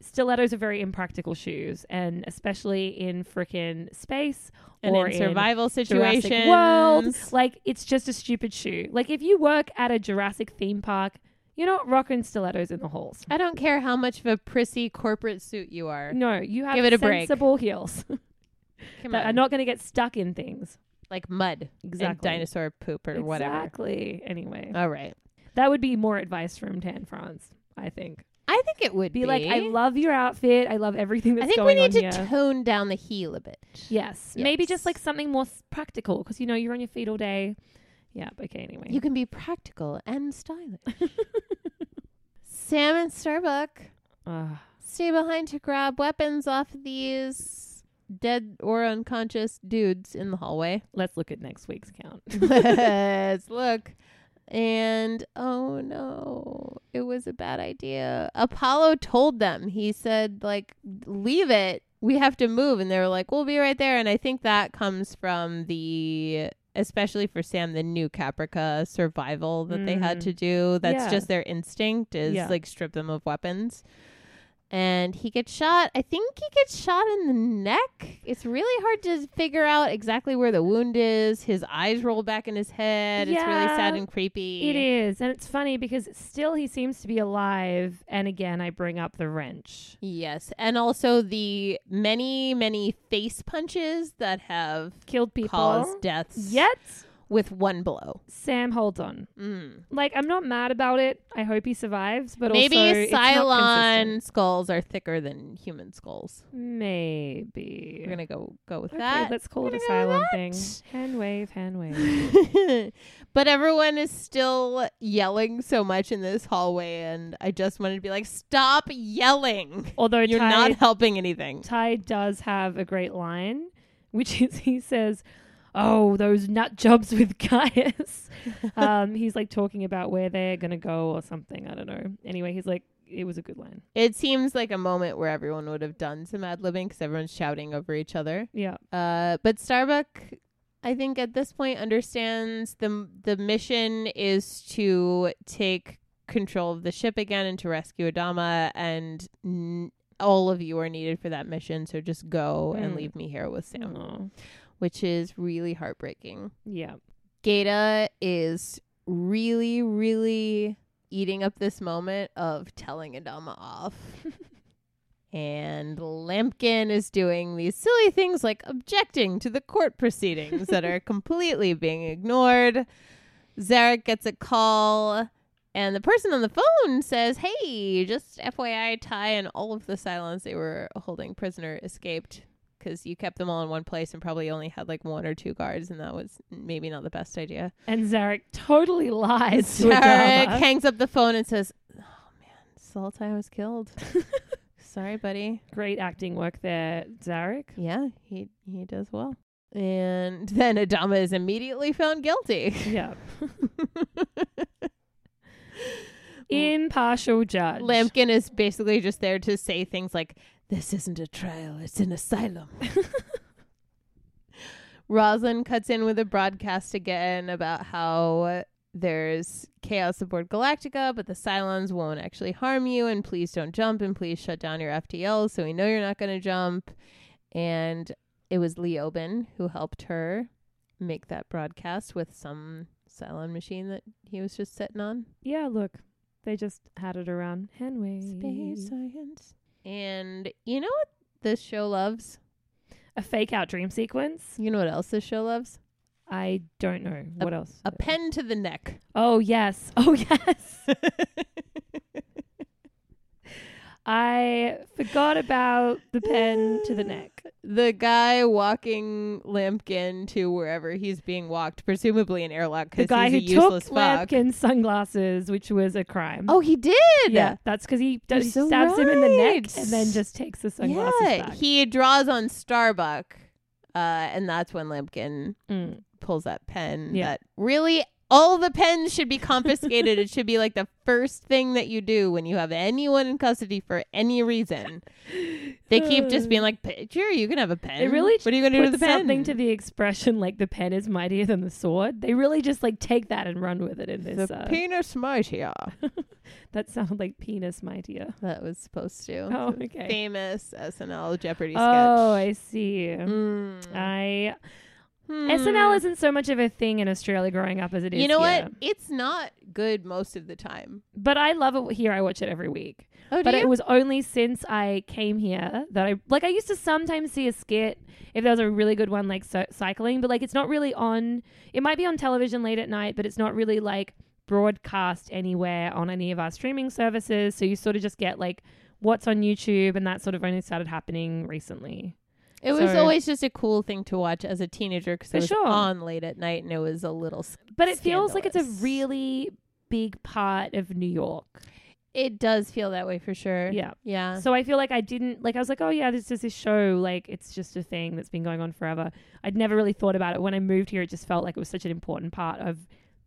Speaker 1: stilettos are very impractical shoes, and especially in frickin' space
Speaker 2: and
Speaker 1: or
Speaker 2: in survival
Speaker 1: Jurassic
Speaker 2: situations.
Speaker 1: World. Like it's just a stupid shoe. Like if you work at a Jurassic theme park, you're not rocking stilettos in the halls.
Speaker 2: I don't care how much of a prissy corporate suit you are.
Speaker 1: No, you have
Speaker 2: Give it a break.
Speaker 1: sensible heels
Speaker 2: Come
Speaker 1: that are
Speaker 2: on.
Speaker 1: not going to get stuck in things.
Speaker 2: like mud and
Speaker 1: Exactly.
Speaker 2: dinosaur poop or whatever.
Speaker 1: Exactly. Anyway,
Speaker 2: All right.
Speaker 1: that would be more advice from Tan France, I think.
Speaker 2: I think it would
Speaker 1: Be like, I love your outfit. I love everything
Speaker 2: I
Speaker 1: that's
Speaker 2: think we
Speaker 1: going
Speaker 2: need to
Speaker 1: on here.
Speaker 2: tone down the heel a bit.
Speaker 1: yes. Maybe just
Speaker 2: Yes.
Speaker 1: like something more s- practical because, you know, you're on your feet all day. Yeah. Okay. Anyway.
Speaker 2: You can be practical and stylish. Sam and Starbuck
Speaker 1: Ugh.
Speaker 2: stay behind to grab weapons off these dead or unconscious dudes in the hallway.
Speaker 1: let's look at next week's count.
Speaker 2: Let's look. And oh no, it was a bad idea. Apollo told them, he said, like, leave it. We have to move. And they were like, we'll be right there. And I think that comes from the, especially for Sam, the new Caprica survival that they had
Speaker 1: Mm.
Speaker 2: to do. That's
Speaker 1: Yeah.
Speaker 2: just their instinct is
Speaker 1: Yeah.
Speaker 2: like strip them of weapons. and he gets shot. I think he gets shot in the neck. It's really hard to figure out exactly where the wound is. His eyes roll back in his head. It's really
Speaker 1: Yeah,
Speaker 2: sad and creepy.
Speaker 1: It is. And it's funny because still he seems to be alive. And again, I bring up the wrench.
Speaker 2: Yes, and also the many, many face punches that have
Speaker 1: Killed people.
Speaker 2: caused deaths.
Speaker 1: Yet,
Speaker 2: with one blow.
Speaker 1: Sam Holden.
Speaker 2: Mm.
Speaker 1: Like, I'm not mad about it. I hope he survives, but
Speaker 2: Maybe
Speaker 1: also. it's not
Speaker 2: Cylon skulls are thicker than human skulls.
Speaker 1: consistent. Maybe.
Speaker 2: We're gonna go go with
Speaker 1: Okay,
Speaker 2: that.
Speaker 1: let's call it
Speaker 2: We're
Speaker 1: a
Speaker 2: gonna go
Speaker 1: Cylon thing.
Speaker 2: with
Speaker 1: Hand wave, hand wave.
Speaker 2: that. but everyone is still yelling so much in this hallway, and I just wanted to be like, stop yelling.
Speaker 1: Although
Speaker 2: You're
Speaker 1: Ty,
Speaker 2: not helping anything.
Speaker 1: Ty does have a great line, which is he says, "Oh, those nut jobs with Gaius." um, he's like talking about where they're gonna go or something. I don't know. Anyway, he's like, it was a good line.
Speaker 2: It seems like a moment where everyone would have done some ad libbing because everyone's shouting over each other.
Speaker 1: Yeah,
Speaker 2: Uh, but Starbuck, I think at this point understands the the mission is to take control of the ship again and to rescue Adama, and n- all of you are needed for that mission. So just go and
Speaker 1: Mm.
Speaker 2: leave me here with Sam,
Speaker 1: Aw.
Speaker 2: which is really heartbreaking.
Speaker 1: yeah.
Speaker 2: Gata is really, really eating up this moment of telling Adama off. and Lampkin is doing these silly things like objecting to the court proceedings that are completely being ignored. Zarek gets a call. And the person on the phone says, Hey, just FYI, Ty and all of the Cylons they were holding prisoner escaped because you kept them all in one place and probably only had like one or two guards, and that was maybe not the best idea.
Speaker 1: And Zarek totally lies to
Speaker 2: Tarek
Speaker 1: Adama.
Speaker 2: hangs up the phone and says, Oh man, Sultai was killed. Sorry, buddy.
Speaker 1: Great acting work there, Zarek.
Speaker 2: Yeah, he, he does well. And then Adama is immediately found guilty.
Speaker 1: Yeah, impartial judge.
Speaker 2: Lampkin is basically just there to say things like, This isn't a trial, it's an asylum. Roslyn cuts in with a broadcast again about how there's chaos aboard Galactica, but the Cylons won't actually harm you, and please don't jump, and please shut down your FTL so we know you're not going to jump. And it was Leoben who helped her make that broadcast with some Cylon machine that he was just sitting on.
Speaker 1: yeah, look, they just had it around. Hand wave.
Speaker 2: Space science. And you know what this show loves?
Speaker 1: A fake out dream sequence.
Speaker 2: You know what else this show loves?
Speaker 1: I don't know. What else?
Speaker 2: A pen to the neck.
Speaker 1: Oh, yes. Oh, yes. I forgot about the pen to the neck.
Speaker 2: The guy walking Lampkin to wherever he's being walked, presumably an airlock,
Speaker 1: The
Speaker 2: because
Speaker 1: guy
Speaker 2: he's
Speaker 1: who
Speaker 2: a useless
Speaker 1: took
Speaker 2: fuck.
Speaker 1: Lampkin's sunglasses, which was a crime.
Speaker 2: Oh, he did.
Speaker 1: yeah. That's because he, does-
Speaker 2: You're so
Speaker 1: stabs him in the neck
Speaker 2: right.
Speaker 1: and then just takes the sunglasses
Speaker 2: yeah.
Speaker 1: back.
Speaker 2: He draws on Starbuck, uh, and that's when Lampkin
Speaker 1: Mm.
Speaker 2: pulls that pen
Speaker 1: Yeah.
Speaker 2: that really all the pens should be confiscated. it should be like the first thing that you do when you have anyone in custody for any reason. They keep just being like, "P- sure, you can have a pen.
Speaker 1: It really
Speaker 2: what are you going to do
Speaker 1: Put
Speaker 2: with the pen?
Speaker 1: something to the expression like the pen is mightier than the sword. They really just like take that and run with it in this.
Speaker 2: the
Speaker 1: uh,
Speaker 2: penis mightier.
Speaker 1: that sounded like penis mightier.
Speaker 2: that was supposed to.
Speaker 1: Oh,
Speaker 2: It's a
Speaker 1: okay.
Speaker 2: Famous SNL Jeopardy
Speaker 1: Oh,
Speaker 2: sketch.
Speaker 1: I see.
Speaker 2: Mm.
Speaker 1: I
Speaker 2: Hmm.
Speaker 1: SNL isn't so much of a thing in Australia growing up as it is.
Speaker 2: You know
Speaker 1: here.
Speaker 2: what? It's not good most of the time.
Speaker 1: But I love it here. I watch it every week.
Speaker 2: Oh,
Speaker 1: But it was only since I came here that I like. I used to sometimes see a skit if there was a really good one, like so- cycling. But like, it's not really on. It might be on television late at night, but it's not really like broadcast anywhere on any of our streaming services. So you sort of just get like what's on YouTube, and that sort of only started happening recently.
Speaker 2: It was
Speaker 1: So-
Speaker 2: always just a cool thing to watch as a teenager because it
Speaker 1: For
Speaker 2: was
Speaker 1: sure.
Speaker 2: on late at night and it was a little. s-
Speaker 1: But it feels like it's a
Speaker 2: Scandalous.
Speaker 1: really big part of New York.
Speaker 2: It does feel that way for sure.
Speaker 1: Yeah.
Speaker 2: Yeah.
Speaker 1: So I feel like I didn't like I was like, oh yeah, this is this show. Like it's just a thing that's been going on forever. I'd never really thought about it. When I moved here, it just felt like it was such an important part of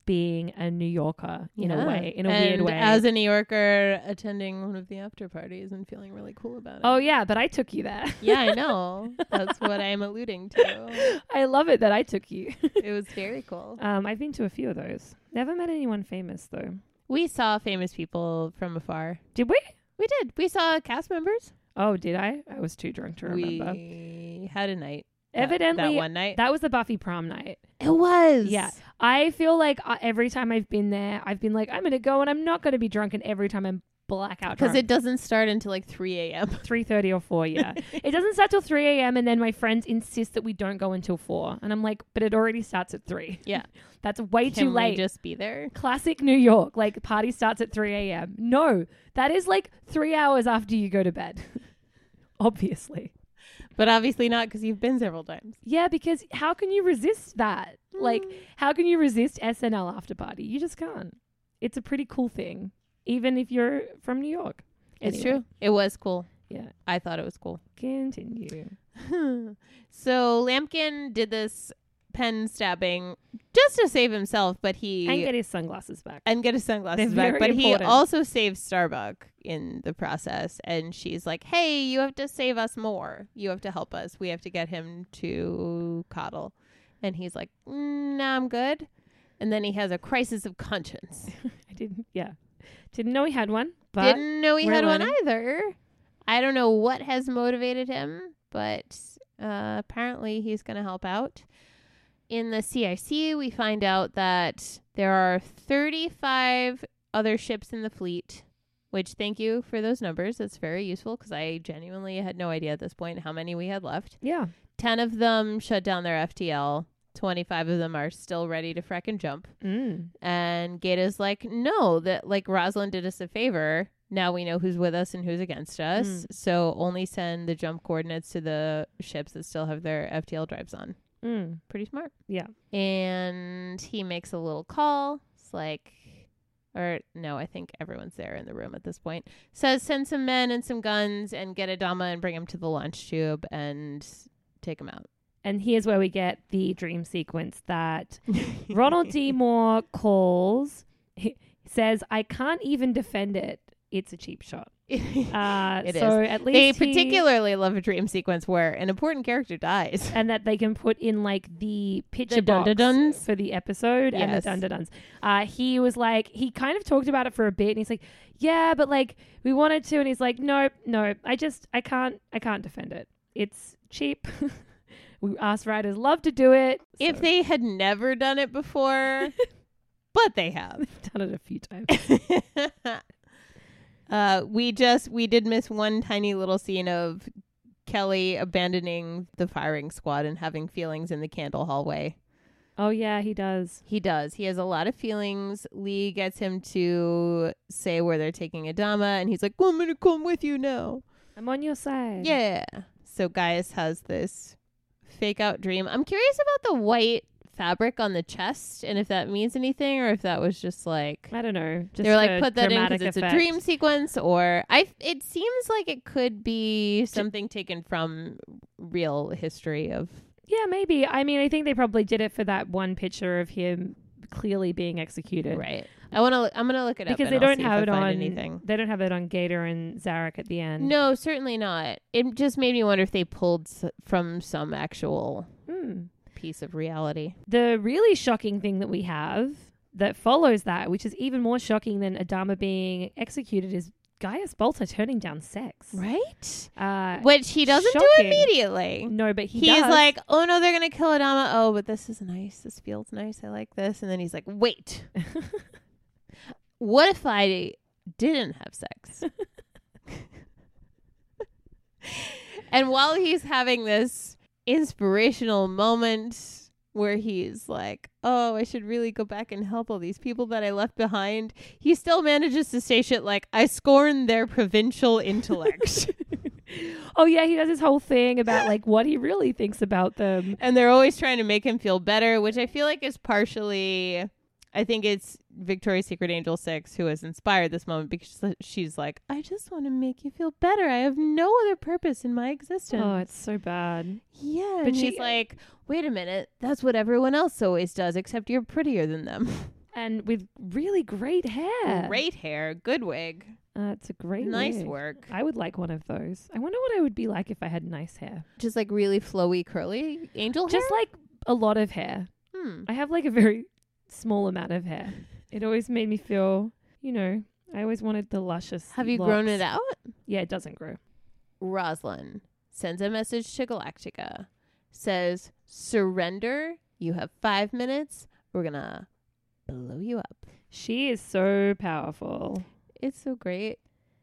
Speaker 1: being a New Yorker in
Speaker 2: Yeah.
Speaker 1: a way, in a
Speaker 2: And
Speaker 1: weird way.
Speaker 2: As a New Yorker attending one of the after parties and feeling really cool about it.
Speaker 1: oh yeah, but I took you there.
Speaker 2: yeah, I know. That's what I'm alluding to.
Speaker 1: I love it that I took you.
Speaker 2: It was very cool.
Speaker 1: um, I've been to a few of those. Never met anyone famous though.
Speaker 2: We saw famous people from afar.
Speaker 1: Did we?
Speaker 2: We did. We saw cast members.
Speaker 1: Oh, did I? I was too drunk to remember.
Speaker 2: We had a night. That-
Speaker 1: Evidently,
Speaker 2: that one night.
Speaker 1: that was the Buffy prom night.
Speaker 2: it was.
Speaker 1: Yeah. I feel like uh, every time I've been there, I've been like, I'm going to go and I'm not going to be drunk. And every time I'm blackout
Speaker 2: Because
Speaker 1: drunk.
Speaker 2: it doesn't start until like 3 a.m.
Speaker 1: 3.30 or 4, yeah. it doesn't start till 3 a.m. And then my friends insist that we don't go until 4. And I'm like, but it already starts at 3.
Speaker 2: Yeah.
Speaker 1: That's way
Speaker 2: Can
Speaker 1: too
Speaker 2: we
Speaker 1: late.
Speaker 2: just be there?
Speaker 1: Classic New York. Like, party starts at 3 a.m. No, that is like three hours after you go to bed. Obviously.
Speaker 2: But obviously not because you've been several times. Mm.
Speaker 1: Yeah, because how can you resist that? Like, how can you resist SNL after party? You just can't. It's a pretty cool thing, even if you're from New York.
Speaker 2: It's
Speaker 1: Anyway,
Speaker 2: true. It was cool.
Speaker 1: Yeah.
Speaker 2: I thought it was cool.
Speaker 1: Continue.
Speaker 2: so Lampkin did this pen stabbing just to save himself, but he
Speaker 1: And get his sunglasses back.
Speaker 2: and get his sunglasses
Speaker 1: They're very
Speaker 2: back. But he
Speaker 1: important.
Speaker 2: also saves Starbuck in the process, and she's like, "Hey, you have to save us more. You have to help us. We have to get him to coddle." And he's like, mm, "Nah, I'm good." And then he has a crisis of conscience.
Speaker 1: I didn't, yeah. Didn't know he had one, but
Speaker 2: Didn't know he
Speaker 1: we're
Speaker 2: had one
Speaker 1: learning.
Speaker 2: either. I don't know what has motivated him, but uh, apparently he's going to help out. In the CIC, we find out that there are 35 other ships in the fleet, which thank you for those numbers. That's very useful because I genuinely had no idea at this point how many we had left.
Speaker 1: yeah.
Speaker 2: 10 of them shut down their FTL, 25 of them are still ready to freck and jump.
Speaker 1: Mm.
Speaker 2: And Gata's like, no, that like Rosalind did us a favor. Now we know who's with us and who's against us. So only send the jump coordinates to the ships that still have their FTL drives on.
Speaker 1: Mm.
Speaker 2: Pretty smart.
Speaker 1: Yeah.
Speaker 2: And he makes a little call. It's like, or no, I think everyone's there in the room at this point. Says send some men and some guns and get Adama and bring him to the launch tube and take him out.
Speaker 1: And here's where we get the dream sequence that Ronald D. Moore calls, he says, I can't even defend it. It's a cheap shot. Uh,
Speaker 2: It
Speaker 1: so at least
Speaker 2: They
Speaker 1: he-
Speaker 2: particularly love a dream sequence where an important character dies.
Speaker 1: and that they can put in like the picture box
Speaker 2: dun-dun-duns.
Speaker 1: for the episode and the
Speaker 2: Yes.
Speaker 1: dun dun duns. Uh, he was like, he kind of talked about it for a bit, and he's like, yeah, but like we wanted to, and he's like, nope, nope, I just, I can't, I can't defend it. It's cheap. we asked writers love to do it.
Speaker 2: If
Speaker 1: so
Speaker 2: they had never done it before, but they have.
Speaker 1: we've done it a few times,
Speaker 2: uh, we just we did miss one tiny little scene of Kelly abandoning the firing squad and having feelings in the candle hallway.
Speaker 1: oh yeah, he does.
Speaker 2: He does. He has a lot of feelings. Lee gets him to say where they're taking Adama, and he's like, well, "I'm gonna come with you now."
Speaker 1: I'm on your side.
Speaker 2: Yeah. So Gaius has this fake out dream. I'm curious about the white fabric on the chest and if that means anything or if that was just like
Speaker 1: I don't know. Just
Speaker 2: they're
Speaker 1: for
Speaker 2: like put that in
Speaker 1: dramatic
Speaker 2: because it's
Speaker 1: effect.
Speaker 2: a dream sequence or I it seems like it could be something taken from real history of
Speaker 1: Yeah, maybe. I mean, I think they probably did it for that one picture of him clearly being executed.
Speaker 2: right. I want to I'm going to look it up
Speaker 1: because
Speaker 2: and
Speaker 1: they
Speaker 2: I'll
Speaker 1: don't
Speaker 2: see if
Speaker 1: have
Speaker 2: I
Speaker 1: it
Speaker 2: find
Speaker 1: on
Speaker 2: anything.
Speaker 1: they don't have it on Gator and Zarek at the end.
Speaker 2: No, certainly not. It just made me wonder if they pulled s- from some actual
Speaker 1: Hmm.
Speaker 2: piece of reality.
Speaker 1: The really shocking thing that we have that follows that, which is even more shocking than Adama being executed, is Gaius Bolter turning down sex.
Speaker 2: Right?
Speaker 1: Uh,
Speaker 2: Which he doesn't do
Speaker 1: Shocking.
Speaker 2: immediately.
Speaker 1: no, but he
Speaker 2: he's
Speaker 1: does.
Speaker 2: like, oh no, they're gonna kill Adama. Oh, but this is nice. This feels nice. I like this. And then he's like, wait, what if I didn't have sex? and while he's having this inspirational moment where he's like, oh, I should really go back and help all these people that I left behind, he still manages to say shit like, I scorn their provincial intellect.
Speaker 1: oh yeah, he does his whole thing about like what he really thinks about them.
Speaker 2: and they're always trying to make him feel better, which I feel like is partially. I think it's Victoria's Secret Angel Six who has inspired this moment because she's like, I just want to make you feel better. I have no other purpose in my existence.
Speaker 1: Oh, it's so bad.
Speaker 2: yeah,
Speaker 1: but
Speaker 2: and
Speaker 1: she-
Speaker 2: she's like, wait a minute, that's what everyone else always does, except you're prettier than them.
Speaker 1: And with really great hair.
Speaker 2: Great hair, good wig,
Speaker 1: Uh, it's a great
Speaker 2: nice
Speaker 1: wig.
Speaker 2: work.
Speaker 1: I would like one of those. I wonder what I would be like if I had nice hair.
Speaker 2: Just like really flowy, curly angel
Speaker 1: Just like a lot of hair.
Speaker 2: hair. Hmm.
Speaker 1: I have like a very small amount of hair. It always made me feel, you know, I always wanted the luscious.
Speaker 2: Have you grown
Speaker 1: locks.
Speaker 2: it out?
Speaker 1: Yeah, it doesn't grow.
Speaker 2: Roslyn sends a message to Galactica, says, Surrender. You have five minutes. We're going to blow you up.
Speaker 1: She is so powerful.
Speaker 2: It's so great.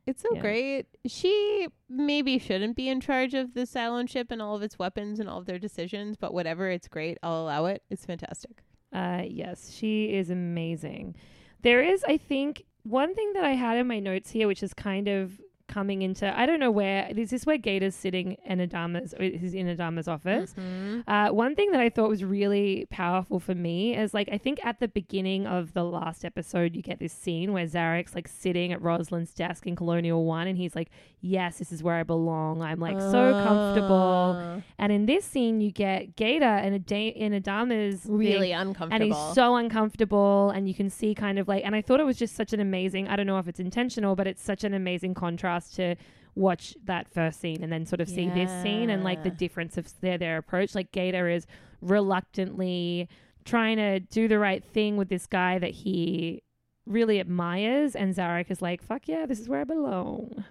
Speaker 2: It's so
Speaker 1: Yeah.
Speaker 2: great. She maybe shouldn't be in charge of the Cylon ship and all of its weapons and all of their decisions, but whatever, it's great. I'll allow it. It's fantastic.
Speaker 1: Uh, yes, she is amazing. There is, I think, one thing that I had in my notes here, which is kind of coming into I don't know where is this where Gator's sitting and Adama's is in Adama's office.
Speaker 2: Mm-hmm.
Speaker 1: Uh, one thing that I thought was really powerful for me is like I think at the beginning of the last episode you get this scene where Zarek's like sitting at Rosalind's desk in Colonial One and he's like, Yes, this is where I belong. I'm like so comfortable.
Speaker 2: Ah,
Speaker 1: And in this scene, you get Gator and Ada- in Adama's thing,
Speaker 2: Really uncomfortable.
Speaker 1: and he's so uncomfortable, and you can see kind of like, and I thought it was just such an amazing. I don't know if it's intentional, but it's such an amazing contrast to watch that first scene and then sort of see this scene and like the
Speaker 2: Yeah.
Speaker 1: difference of their their approach. Like Gator is reluctantly trying to do the right thing with this guy that he really admires, and Zarek is like, "Fuck yeah, this is where I belong."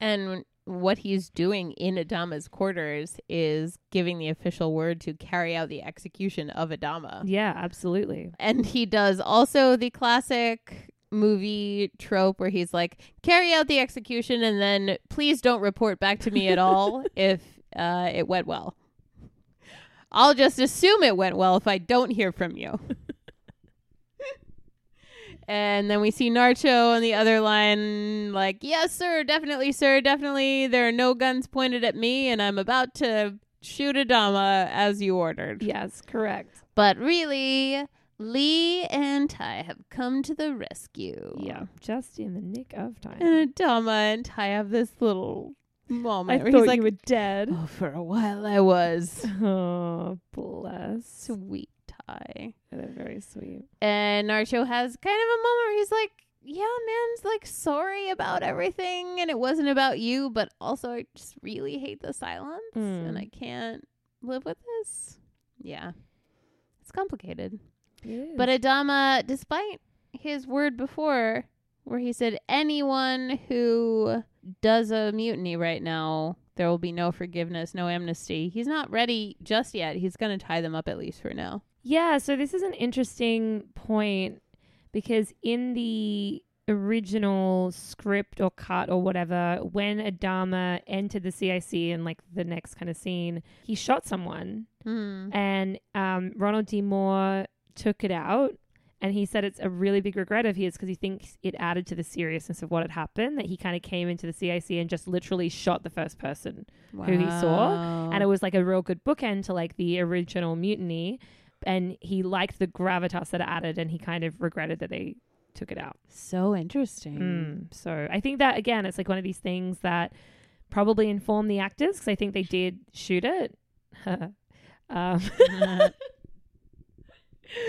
Speaker 2: And what he's doing in Adama's quarters is giving the official word to carry out the execution of Adama.
Speaker 1: Yeah, absolutely.
Speaker 2: And he does also the classic movie trope where he's like, carry out the execution and then please don't report back to me at all if uh, it went well. I'll just assume it went well if I don't hear from you. and then we see Narcho on the other line, like, yes, sir, definitely, sir, definitely. There are no guns pointed at me, and I'm about to shoot Adama as you ordered.
Speaker 1: Yes, correct.
Speaker 2: But really, Lee and Ty have come to the rescue.
Speaker 1: Yeah, just in the nick of time.
Speaker 2: And Adama and Ty have this little
Speaker 1: I
Speaker 2: moment where
Speaker 1: thought
Speaker 2: he's like,
Speaker 1: you were dead.
Speaker 2: Oh, for a while I was.
Speaker 1: Oh, bless.
Speaker 2: Sweet Ty.
Speaker 1: They're very sweet.
Speaker 2: And Naruto has kind of a moment where he's like, Yeah, man's like sorry about everything and it wasn't about you, but also I just really hate the silence
Speaker 1: Mm.
Speaker 2: and I can't live with this. Yeah. It's complicated. But Adama, despite his word before, where he said, anyone who does a mutiny right now, there will be no forgiveness, no amnesty. He's not ready just yet. He's going to tie them up at least for now.
Speaker 1: yeah, so this is an interesting point because in the original script or cut or whatever, when Adama entered the CIC in like the next kind of scene, he shot someone
Speaker 2: Hmm.
Speaker 1: and um, Ronald D. Moore took it out. And he said it's a really big regret of his because he thinks it added to the seriousness of what had happened. That he kind of came into the CIC and just literally shot the first person Who he saw, and it was like a real good bookend to like the original mutiny and he liked the gravitas that it added and he kind of regretted that they took it out
Speaker 2: so interesting.
Speaker 1: Mm. so i think that again it's like one of these things that probably informed the actors because i think they did shoot it um,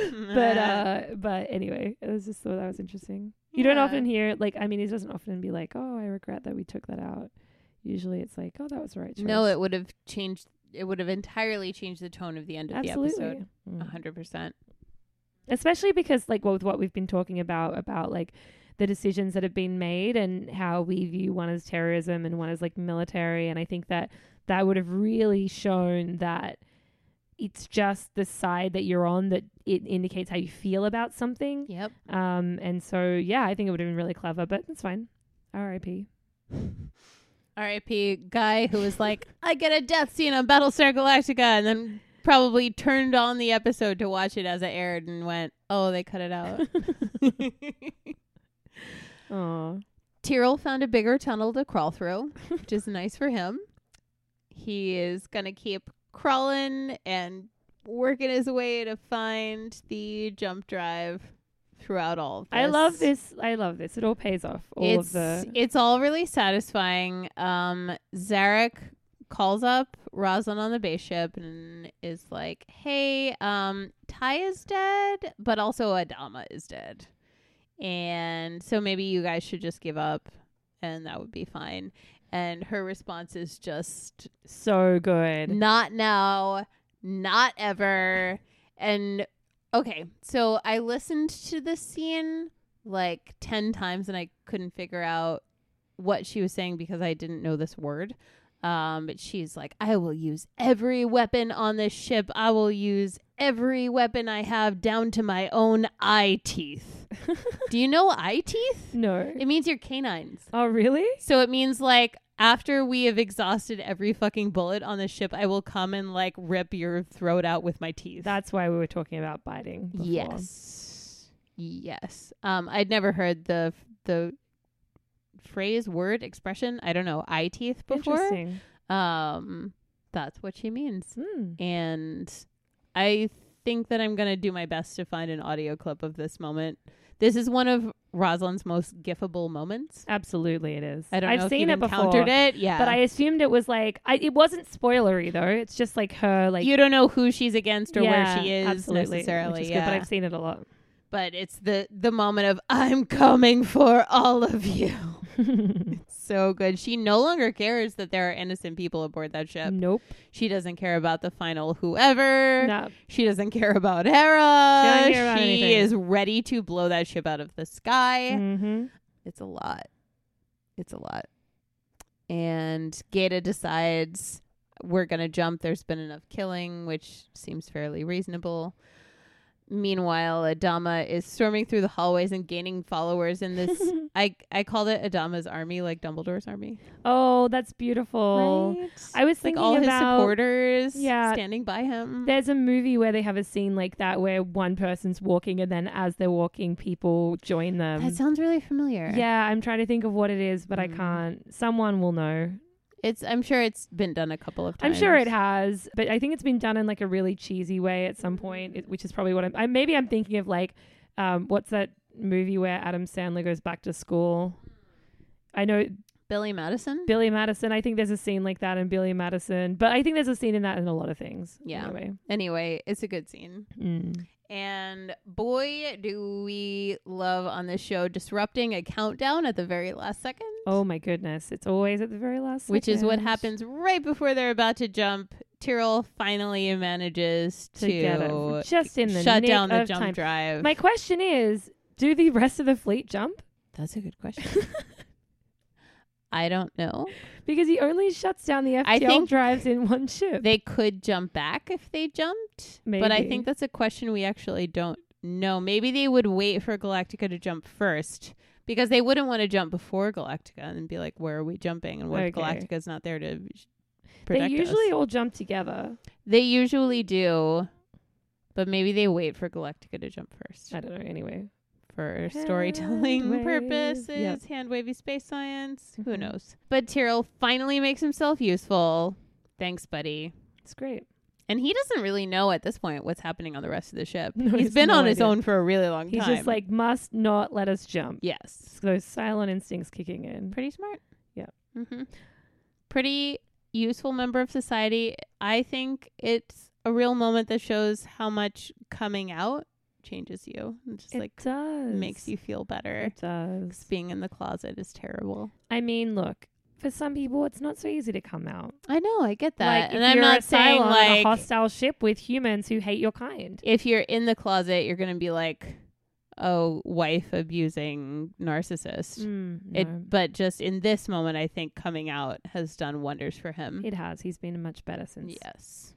Speaker 2: Hmm.
Speaker 1: but uh but anyway it was just thought that was interesting you don't
Speaker 2: Yeah.
Speaker 1: often hear like i mean it doesn't often be like oh i regret that we took that out usually it's like oh that was the right choice
Speaker 2: no, it would have changed. It would have entirely changed the tone of the end of the
Speaker 1: absolutely
Speaker 2: episode.
Speaker 1: Mm.
Speaker 2: A hundred percent.
Speaker 1: especially because like with what we've been talking about about like the decisions that have been made and how we view one as terrorism and one as like military and i think that that would have really shown that it's just the side that you're on that it indicates how you feel about something
Speaker 2: Yep.
Speaker 1: um and so yeah i think it would have been really clever but it's fine rip
Speaker 2: R.I.P. guy who was like, I get a death scene on Battlestar Galactica, and then probably turned on the episode to watch it as it aired and went, Oh, they cut it out.
Speaker 1: oh
Speaker 2: Tyrell found a bigger tunnel to crawl through, which is nice for him. He is going to keep crawling and working his way to find the jump drive throughout all of this.
Speaker 1: i love this i love this it all pays off all
Speaker 2: it's
Speaker 1: of the
Speaker 2: it's all really satisfying. Um, Zarek calls up Rosalind on the base ship and is like, "Hey, um, Ty is dead, but also Adama is dead, and so maybe you guys should just give up, and that would be fine." And her response is just,
Speaker 1: so good
Speaker 2: "Not now, not ever." And okay, so I listened to the scene like 10 times and I couldn't figure out what she was saying because I didn't know this word. Um, but she's like, I will use every weapon on this ship. I will use every weapon I have down to my own eye teeth. Do you know eye teeth?
Speaker 1: No.
Speaker 2: It means your canines.
Speaker 1: Oh, really?
Speaker 2: So it means like after we have exhausted every fucking bullet on the ship, I will come and like rip your throat out with my teeth.
Speaker 1: That's why we were talking about biting. before.
Speaker 2: yes, yes. Um, I'd never heard the the phrase, word, expression. I don't know, eye teeth before.
Speaker 1: Interesting.
Speaker 2: Um, that's what she means,
Speaker 1: Hmm.
Speaker 2: and I think that I'm gonna do my best to find an audio clip of this moment. This is one of Rosalind's most gifable moments.
Speaker 1: Absolutely, it is.
Speaker 2: I don't
Speaker 1: I've
Speaker 2: know if
Speaker 1: seen
Speaker 2: you've
Speaker 1: it before,
Speaker 2: encountered it. Yeah,
Speaker 1: but I assumed it was like I, it wasn't spoilery though. It's just like her like
Speaker 2: you don't know who she's against or
Speaker 1: yeah,
Speaker 2: where she is
Speaker 1: absolutely,
Speaker 2: necessarily.
Speaker 1: which is good,
Speaker 2: yeah.
Speaker 1: but I've seen it a lot.
Speaker 2: but it's the the moment of I'm coming for all of you. so good. She no longer cares that there are innocent people aboard that ship.
Speaker 1: Nope.
Speaker 2: She doesn't care about the final whoever.
Speaker 1: Mm. No.
Speaker 2: She doesn't care about Hera.
Speaker 1: She doesn't care about
Speaker 2: She
Speaker 1: anything.
Speaker 2: is ready to blow that ship out of the sky.
Speaker 1: Mhm.
Speaker 2: It's a lot. It's a lot. And Gata decides we're going to jump. There's been enough killing, which seems fairly reasonable. Meanwhile, Adama is storming through the hallways and gaining followers in this. I, I called it Adama's army, like Dumbledore's army.
Speaker 1: Oh, that's beautiful.
Speaker 2: Right?
Speaker 1: I was
Speaker 2: Like
Speaker 1: thinking
Speaker 2: all his
Speaker 1: about
Speaker 2: supporters
Speaker 1: Yeah.
Speaker 2: standing by him.
Speaker 1: There's a movie where they have a scene like that where one person's walking and then as they're walking, people join them.
Speaker 2: that sounds really familiar.
Speaker 1: yeah, I'm trying to think of what it is, but I
Speaker 2: Mm.
Speaker 1: can't. Someone will know.
Speaker 2: It's I'm sure it's been done a couple of
Speaker 1: I'm
Speaker 2: times.
Speaker 1: sure it has, but I think it's been done in like a really cheesy way at some point, it, which is probably what I'm. I, maybe I'm thinking of like, um, what's that movie where Adam Sandler goes back to school? I know
Speaker 2: Billy Madison?
Speaker 1: Billy Madison. I think there's a scene like that in Billy Madison, but I think there's a scene in that in a lot of things.
Speaker 2: Yeah.
Speaker 1: Anyway.
Speaker 2: anyway, it's a good scene.
Speaker 1: Mm.
Speaker 2: And boy, do we love on this show disrupting a countdown at the very last second,
Speaker 1: Oh my goodness! It's always at the very last.
Speaker 2: which is what
Speaker 1: second.
Speaker 2: happens right before they're about to jump. Tyrell finally manages to,
Speaker 1: to get it just in the
Speaker 2: shut
Speaker 1: nick
Speaker 2: down the
Speaker 1: of
Speaker 2: jump
Speaker 1: time.
Speaker 2: drive.
Speaker 1: My question is, do the rest of the fleet jump?
Speaker 2: That's a good question. I don't know.
Speaker 1: Because he only shuts down the FTL
Speaker 2: I think-
Speaker 1: drives in one ship.
Speaker 2: They could jump back if they jumped, but I
Speaker 1: Maybe.
Speaker 2: think that's a question we actually don't know. Maybe they would wait for Galactica to jump first because they wouldn't want to jump before Galactica and be like, "Where are we jumping?" And what if
Speaker 1: Okay.
Speaker 2: Galactica's not there to sh-
Speaker 1: they
Speaker 2: protect
Speaker 1: usually
Speaker 2: us?
Speaker 1: all jump together.
Speaker 2: They usually do, but maybe they wait for Galactica to jump first
Speaker 1: I don't know. Anyway,
Speaker 2: for storytelling
Speaker 1: Hand wave.
Speaker 2: purposes,
Speaker 1: Yep.
Speaker 2: hand wavy space science. Who
Speaker 1: Mhm.
Speaker 2: knows? But Tyrell finally makes himself useful. Thanks, buddy.
Speaker 1: it's great.
Speaker 2: And he doesn't really know at this point what's happening on the rest of the ship.
Speaker 1: No, he
Speaker 2: he's
Speaker 1: has
Speaker 2: been
Speaker 1: no
Speaker 2: on his
Speaker 1: idea.
Speaker 2: own for a really long
Speaker 1: He's
Speaker 2: time.
Speaker 1: just like must not let us jump.
Speaker 2: yes,
Speaker 1: It's those silent instincts kicking in.
Speaker 2: pretty smart.
Speaker 1: Yep.
Speaker 2: hmm Pretty useful member of society. I think it's a real moment that shows how much coming out changes you. It just
Speaker 1: it
Speaker 2: like
Speaker 1: does
Speaker 2: makes you feel better.
Speaker 1: It does.
Speaker 2: 'Cause being in the closet is terrible.
Speaker 1: I mean, look. For some people, it's not so easy to come out.
Speaker 2: I know. I get that,
Speaker 1: Like,
Speaker 2: and
Speaker 1: if
Speaker 2: I'm
Speaker 1: you're
Speaker 2: not
Speaker 1: a
Speaker 2: saying
Speaker 1: Cylon on a
Speaker 2: like
Speaker 1: hostile ship with humans who hate your kind.
Speaker 2: if you're in the closet, you're gonna be like, oh, wife abusing narcissist.
Speaker 1: Mm, no,
Speaker 2: It, but just in this moment, I think coming out has done wonders for him.
Speaker 1: it has. He's been much better since.
Speaker 2: Mm. yes.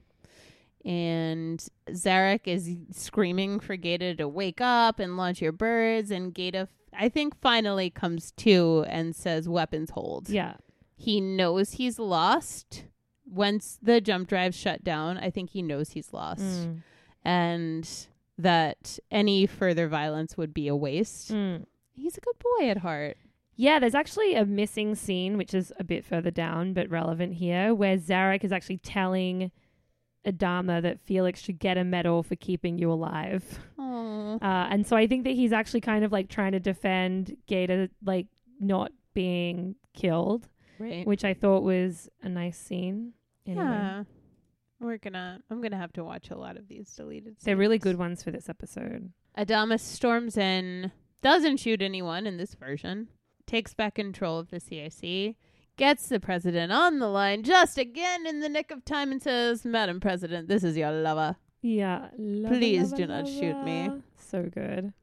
Speaker 2: And Zarek is screaming for Gata to wake up and launch your birds. And Gata, I think, finally comes to and says, weapons hold.
Speaker 1: Yeah.
Speaker 2: He knows he's lost. Once the jump drive shut down, I think he knows he's lost.
Speaker 1: Mm.
Speaker 2: And that any further violence would be a waste.
Speaker 1: Mm.
Speaker 2: He's a good boy at heart.
Speaker 1: Yeah, there's actually a missing scene, which is a bit further down but relevant here, where Zarek is actually telling Adama that Felix should get a medal for keeping you alive.
Speaker 2: Aww.
Speaker 1: Uh, and so I think that he's actually kind of like trying to defend Gator, like not being killed,
Speaker 2: Right.
Speaker 1: which I thought was a nice scene. Anyway,
Speaker 2: Yeah. We're gonna I'm gonna have to watch a lot of these deleted
Speaker 1: They're really
Speaker 2: scenes.
Speaker 1: good ones for this episode.
Speaker 2: Adamas storms in, doesn't shoot anyone in this version, takes back control of the CIC, gets the president on the line just again in the nick of time and says, Madam President, this is your lover.
Speaker 1: Yeah. Lava,
Speaker 2: Please
Speaker 1: lava,
Speaker 2: do not shoot me.
Speaker 1: lava. So good.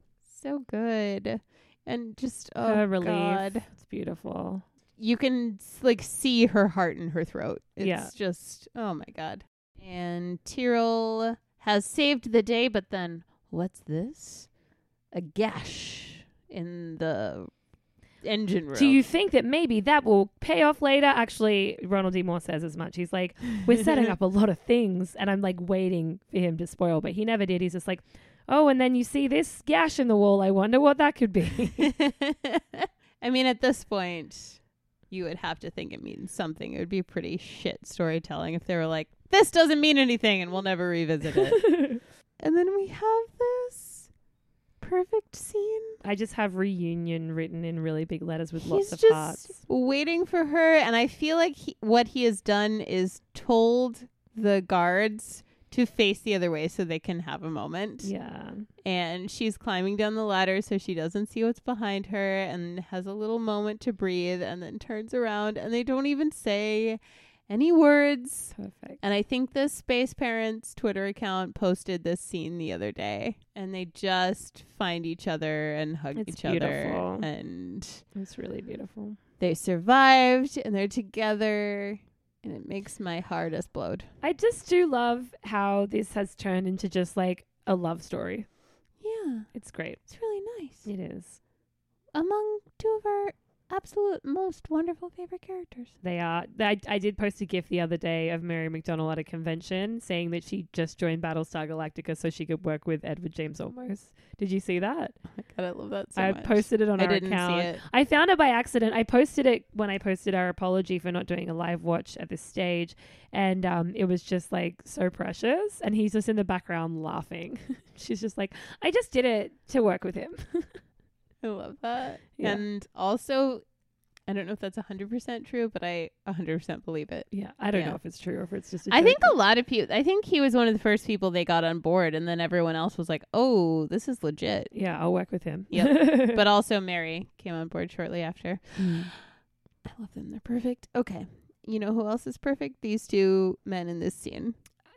Speaker 2: So good. and just oh
Speaker 1: Her relief.
Speaker 2: god,
Speaker 1: It's beautiful.
Speaker 2: you can s- like see her heart in her throat. It's
Speaker 1: Yeah.
Speaker 2: just oh my god. And Tyrell has saved the day, but then what's this? A gash in the engine room.
Speaker 1: Do you think that maybe that will pay off later? Actually, Ronald D. Moore says as much. He's like, we're setting up a lot of things, and I'm like waiting for him to spoil, but he never did. He's just like, oh, and then you see this gash in the wall. I wonder what that could be.
Speaker 2: I mean, at this point, you would have to think it means something. It would be pretty shit storytelling if they were like, this doesn't mean anything and we'll never revisit it. and then we have this perfect scene.
Speaker 1: I just have reunion written in really big letters with
Speaker 2: He's
Speaker 1: lots of
Speaker 2: just
Speaker 1: hearts.
Speaker 2: waiting for her. And I feel like he, what he has done is told the guards to face the other way so they can have a moment.
Speaker 1: Yeah.
Speaker 2: and she's climbing down the ladder so she doesn't see what's behind her and has a little moment to breathe and then turns around and they don't even say any words.
Speaker 1: Perfect.
Speaker 2: And I think the Space Parents Twitter account posted this scene the other day and they just find each other and hug
Speaker 1: It's
Speaker 2: each
Speaker 1: beautiful.
Speaker 2: other and
Speaker 1: It's really beautiful.
Speaker 2: they survived and they're together and it makes my heart explode.
Speaker 1: I just do love how this has turned into just like a love story.
Speaker 2: Yeah,
Speaker 1: It's great.
Speaker 2: it's really nice.
Speaker 1: It is.
Speaker 2: Among two of our absolute most wonderful favorite characters.
Speaker 1: They are. I, I did post a gif the other day of Mary McDonnell at a convention saying that she just joined Battlestar Galactica so she could work with Edward James Olmos. Did you see that?
Speaker 2: my god, I love that
Speaker 1: I posted it on
Speaker 2: I
Speaker 1: our
Speaker 2: didn't
Speaker 1: account.
Speaker 2: see it.
Speaker 1: I found it by accident. I posted it when I posted our apology for not doing a live watch at this stage, and um, it was just like so precious. And he's just in the background laughing. She's just like, "I just did it to work with him."
Speaker 2: I love that.
Speaker 1: Yeah.
Speaker 2: And also, I don't know if that's hundred percent true, but I hundred percent believe it.
Speaker 1: yeah, I don't
Speaker 2: Yeah.
Speaker 1: know if it's true or if it's just. A
Speaker 2: I
Speaker 1: joke,
Speaker 2: think
Speaker 1: but-
Speaker 2: a lot of people. I think he was one of the first people they got on board, and then everyone else was like, "Oh, this is legit."
Speaker 1: yeah, I'll work with him.
Speaker 2: Yep. But also, Mary came on board shortly after.
Speaker 1: Mm.
Speaker 2: I love them. They're perfect. Okay, you know who else is perfect? These two men in this scene.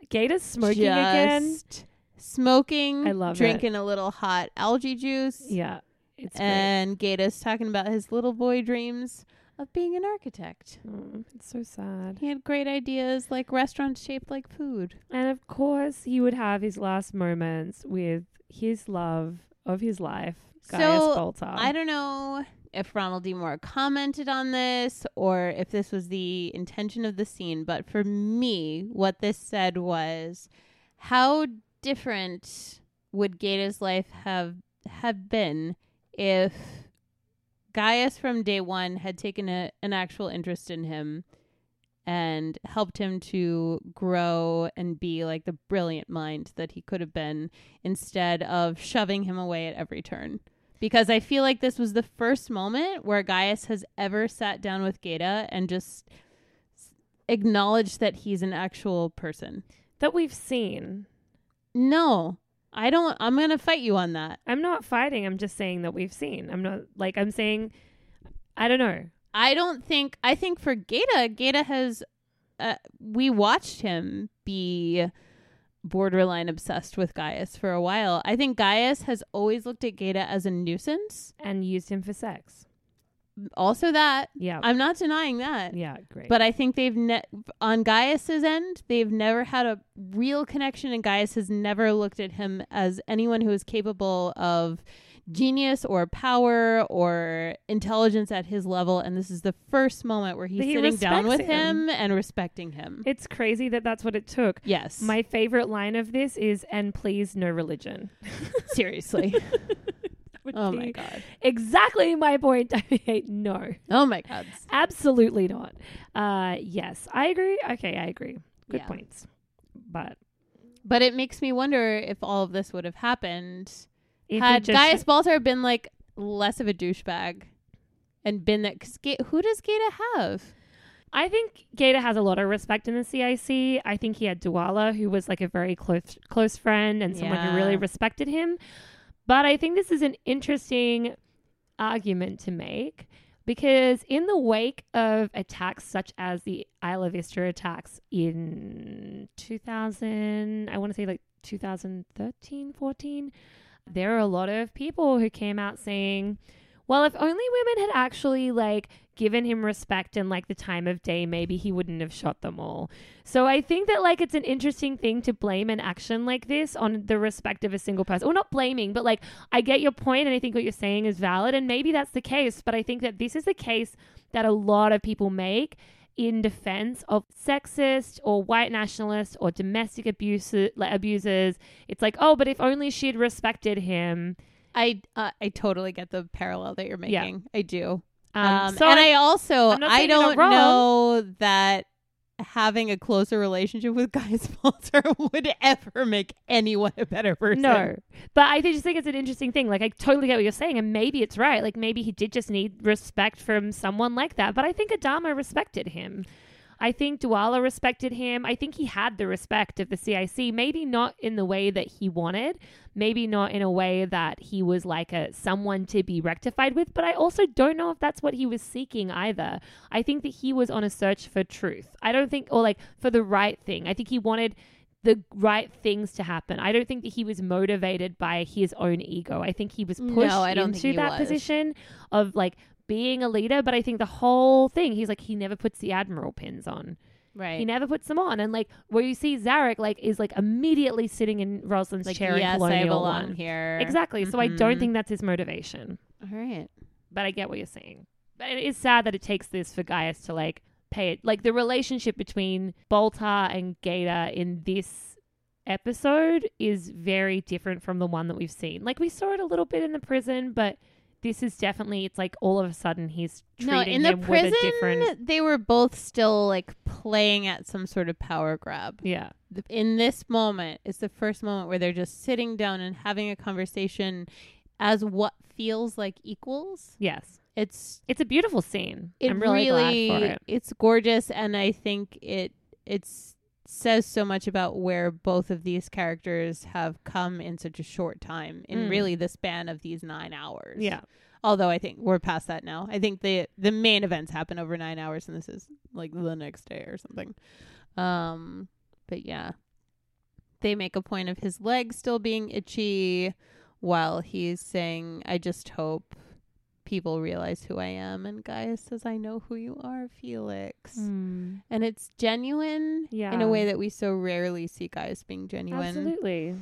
Speaker 1: Gator's smoking again.
Speaker 2: Just Smoking.
Speaker 1: I love it.
Speaker 2: drinking a little hot algae juice.
Speaker 1: Yeah, it's great.
Speaker 2: and Gata's talking about his little boy dreams of being an architect.
Speaker 1: Mm, it's so sad.
Speaker 2: He had great ideas like restaurants shaped like food.
Speaker 1: And of course, he would have his last moments with his love of his life, Gaius
Speaker 2: So,
Speaker 1: Baltar.
Speaker 2: I don't know if Ronald D. Moore commented on this or if this was the intention of the scene, but for me, what this said was how different would Gata's life have have been if Gaius from day one had taken a, an actual interest in him and helped him to grow and be like the brilliant mind that he could have been instead of shoving him away at every turn. Because I feel like this was the first moment where Gaius has ever sat down with Gata and just s- acknowledged that he's an actual person.
Speaker 1: that we've seen.
Speaker 2: No, I don't. I'm going to fight you on that.
Speaker 1: I'm not fighting. I'm just saying that we've seen. I'm not like I'm saying. I don't know.
Speaker 2: I don't think. I think for Gata, Gata has. Uh, we watched him be borderline obsessed with Gaius for a while. I think Gaius has always looked at Gata as a nuisance.
Speaker 1: And used him for sex.
Speaker 2: Also, that
Speaker 1: Yeah.
Speaker 2: I'm not denying that.
Speaker 1: yeah. Great.
Speaker 2: But I think they've ne- on Gaius's end, they've never had a real connection, and Gaius has never looked at him as anyone who is capable of genius or power or intelligence at his level. And this is the first moment where he's
Speaker 1: That he
Speaker 2: sitting down with
Speaker 1: respects
Speaker 2: him.
Speaker 1: him.
Speaker 2: and respecting him.
Speaker 1: it's crazy that that's what it took.
Speaker 2: yes,
Speaker 1: My favorite line of this is, "And please, no religion."
Speaker 2: seriously.
Speaker 1: Would
Speaker 2: oh
Speaker 1: be
Speaker 2: my god.
Speaker 1: Exactly my point. I hate no.
Speaker 2: Oh my god.
Speaker 1: Absolutely not. Uh, yes, I agree. Okay, I agree. Good
Speaker 2: Yeah.
Speaker 1: points. But
Speaker 2: But it makes me wonder if all of this would have happened
Speaker 1: if he
Speaker 2: had
Speaker 1: just
Speaker 2: Gaius Baltar been like less of a douchebag and been that because who does Gata have?
Speaker 1: I think Gator has a lot of respect in the CIC. I think he had Duala, who was like a very close close friend and someone
Speaker 2: Yeah.
Speaker 1: who really respected him. But I think this is an interesting argument to make because in the wake of attacks such as the Isla Vista attacks in 2000, I want to say like 2013, 14, there are a lot of people who came out saying, well, if only women had actually like given him respect and like the time of day, maybe he wouldn't have shot them all. So I think that like it's an interesting thing to blame an action like this on the respect of a single person. Well, not blaming, but like I get your point and I think what you're saying is valid and maybe that's the case, but I think that this is a case that a lot of people make in defense of sexist or white nationalist or domestic abuse like abusers. It's like, "Oh, but if only she'd respected him."
Speaker 2: I uh, I totally get the parallel that you're
Speaker 1: Yeah.
Speaker 2: making. I do.
Speaker 1: Um,
Speaker 2: Um,
Speaker 1: so
Speaker 2: and
Speaker 1: I-
Speaker 2: I also
Speaker 1: I'm not
Speaker 2: I
Speaker 1: saying you're not
Speaker 2: don't
Speaker 1: wrong.
Speaker 2: know that having a closer relationship with Guy Spalter would ever make anyone a better person.
Speaker 1: No, but I think- just think it's an interesting thing. Like, I totally get what you're saying, and maybe it's right. Like, maybe he did just need respect from someone like that. But I think Adama respected him. I think Dwala respected him. I think he had the respect of the CIC, maybe not in the way that he wanted, maybe not in a way that he was like a someone to be rectified with, but I also don't know if that's what he was seeking either. I think that he was on a search for truth. I don't think or like for the right thing. I think he wanted the right things to happen. I don't think that he was motivated by his own ego. I think he was pushed
Speaker 2: No, I don't think
Speaker 1: into
Speaker 2: he
Speaker 1: that
Speaker 2: was.
Speaker 1: position of like being a leader, but I think the whole thing, he's like, he never puts the admiral pins on. He
Speaker 2: Right.
Speaker 1: never puts them on. And like where you see Zarek like is like immediately sitting in Rosalind's
Speaker 2: like
Speaker 1: chair in
Speaker 2: yes,
Speaker 1: Colonial
Speaker 2: I belong
Speaker 1: One.
Speaker 2: here.
Speaker 1: Exactly. So I don't
Speaker 2: Mhm.
Speaker 1: think that's his motivation.
Speaker 2: All right.
Speaker 1: But I get what you're saying. But it is sad that it takes this for Gaius to like pay it. Like the relationship between Boltar and Gator in this episode is very different from the one that we've seen. Like we saw it a little bit in the prison, but this is definitely it's like all of a sudden he's treating
Speaker 2: No, in the
Speaker 1: him
Speaker 2: prison,
Speaker 1: with a different
Speaker 2: they were both still like playing at some sort of power grab.
Speaker 1: yeah.
Speaker 2: the- in this moment it's the first moment where they're just sitting down and having a conversation as what feels like equals
Speaker 1: Yes.
Speaker 2: it's
Speaker 1: It's a beautiful scene.
Speaker 2: it
Speaker 1: I'm really,
Speaker 2: really
Speaker 1: glad for it.
Speaker 2: it's gorgeous and i think it it's says so much about where both of these characters have come in such a short time in
Speaker 1: Mm.
Speaker 2: really the span of these 9 hours
Speaker 1: Yeah.
Speaker 2: although i think we're past that now i think the the main events happen over 9 hours and this is like the next day or something um but yeah they make a point of his leg still being itchy while he's saying i just hope people realize who i am and guy says i know who you are felix
Speaker 1: Hmm.
Speaker 2: and it's genuine in
Speaker 1: Mm. Yeah.
Speaker 2: a way that we so rarely see guys being genuine
Speaker 1: Absolutely.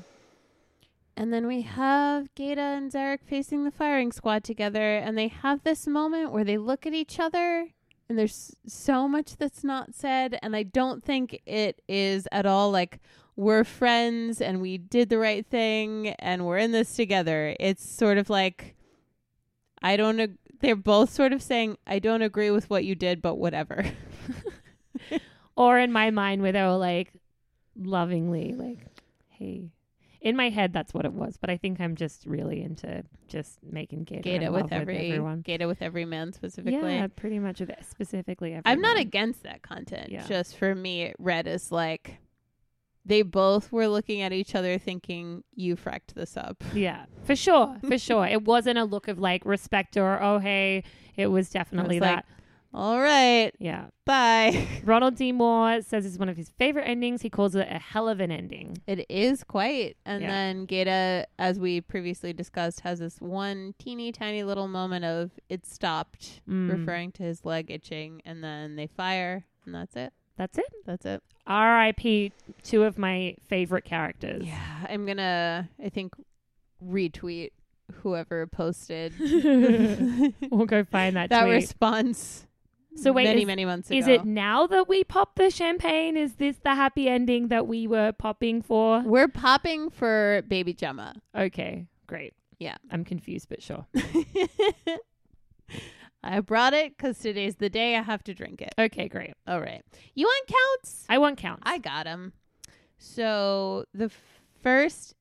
Speaker 2: and then we have Gata and Zarek facing the firing squad together, and they have this moment where they look at each other, and there's so much that's not said, and I don't think it is at all like we're friends and we did the right thing and we're in this together. It's sort of like I don't. Ag- they're both sort of saying I don't agree with what you did, but whatever.
Speaker 1: Or in my mind where they were like lovingly like, hey. In my head that's what it was, but I think I'm just really into just making Gator, in
Speaker 2: Gata
Speaker 1: love
Speaker 2: with every
Speaker 1: everyone.
Speaker 2: Gata with every man specifically.
Speaker 1: Yeah, pretty much with specifically everyone.
Speaker 2: I'm not against that content.
Speaker 1: Yeah.
Speaker 2: Just for me, it read as like they both were looking at each other thinking, you fracked this up.
Speaker 1: Yeah, for sure, for sure. It wasn't a look of like respect or oh hey. It was definitely
Speaker 2: like-
Speaker 1: that.
Speaker 2: All right,
Speaker 1: yeah.
Speaker 2: bye.
Speaker 1: Ronald D. Moore says it's one of his favorite endings. He calls it a hell of an ending.
Speaker 2: It is quite. And
Speaker 1: Yeah.
Speaker 2: then Gata, as we previously discussed, has this one teeny tiny little moment of it stopped,
Speaker 1: Mm.
Speaker 2: referring to his leg itching, and then they fire, and that's it.
Speaker 1: That's it.
Speaker 2: That's it.
Speaker 1: R.I.P. Two of my favorite characters.
Speaker 2: Yeah, I'm gonna, I think, retweet whoever posted
Speaker 1: We'll go find that,
Speaker 2: that
Speaker 1: tweet.
Speaker 2: response.
Speaker 1: So wait,
Speaker 2: many
Speaker 1: is-
Speaker 2: many months ago.
Speaker 1: Is it now that we pop the champagne? Is this the happy ending that we were popping for?
Speaker 2: We're popping for Baby Gemma.
Speaker 1: Okay, great.
Speaker 2: Yeah.
Speaker 1: I'm confused, but sure.
Speaker 2: I brought it because today's the day I have to drink it.
Speaker 1: Okay, great.
Speaker 2: All right, you want counts?
Speaker 1: I want counts.
Speaker 2: I got them. So the first,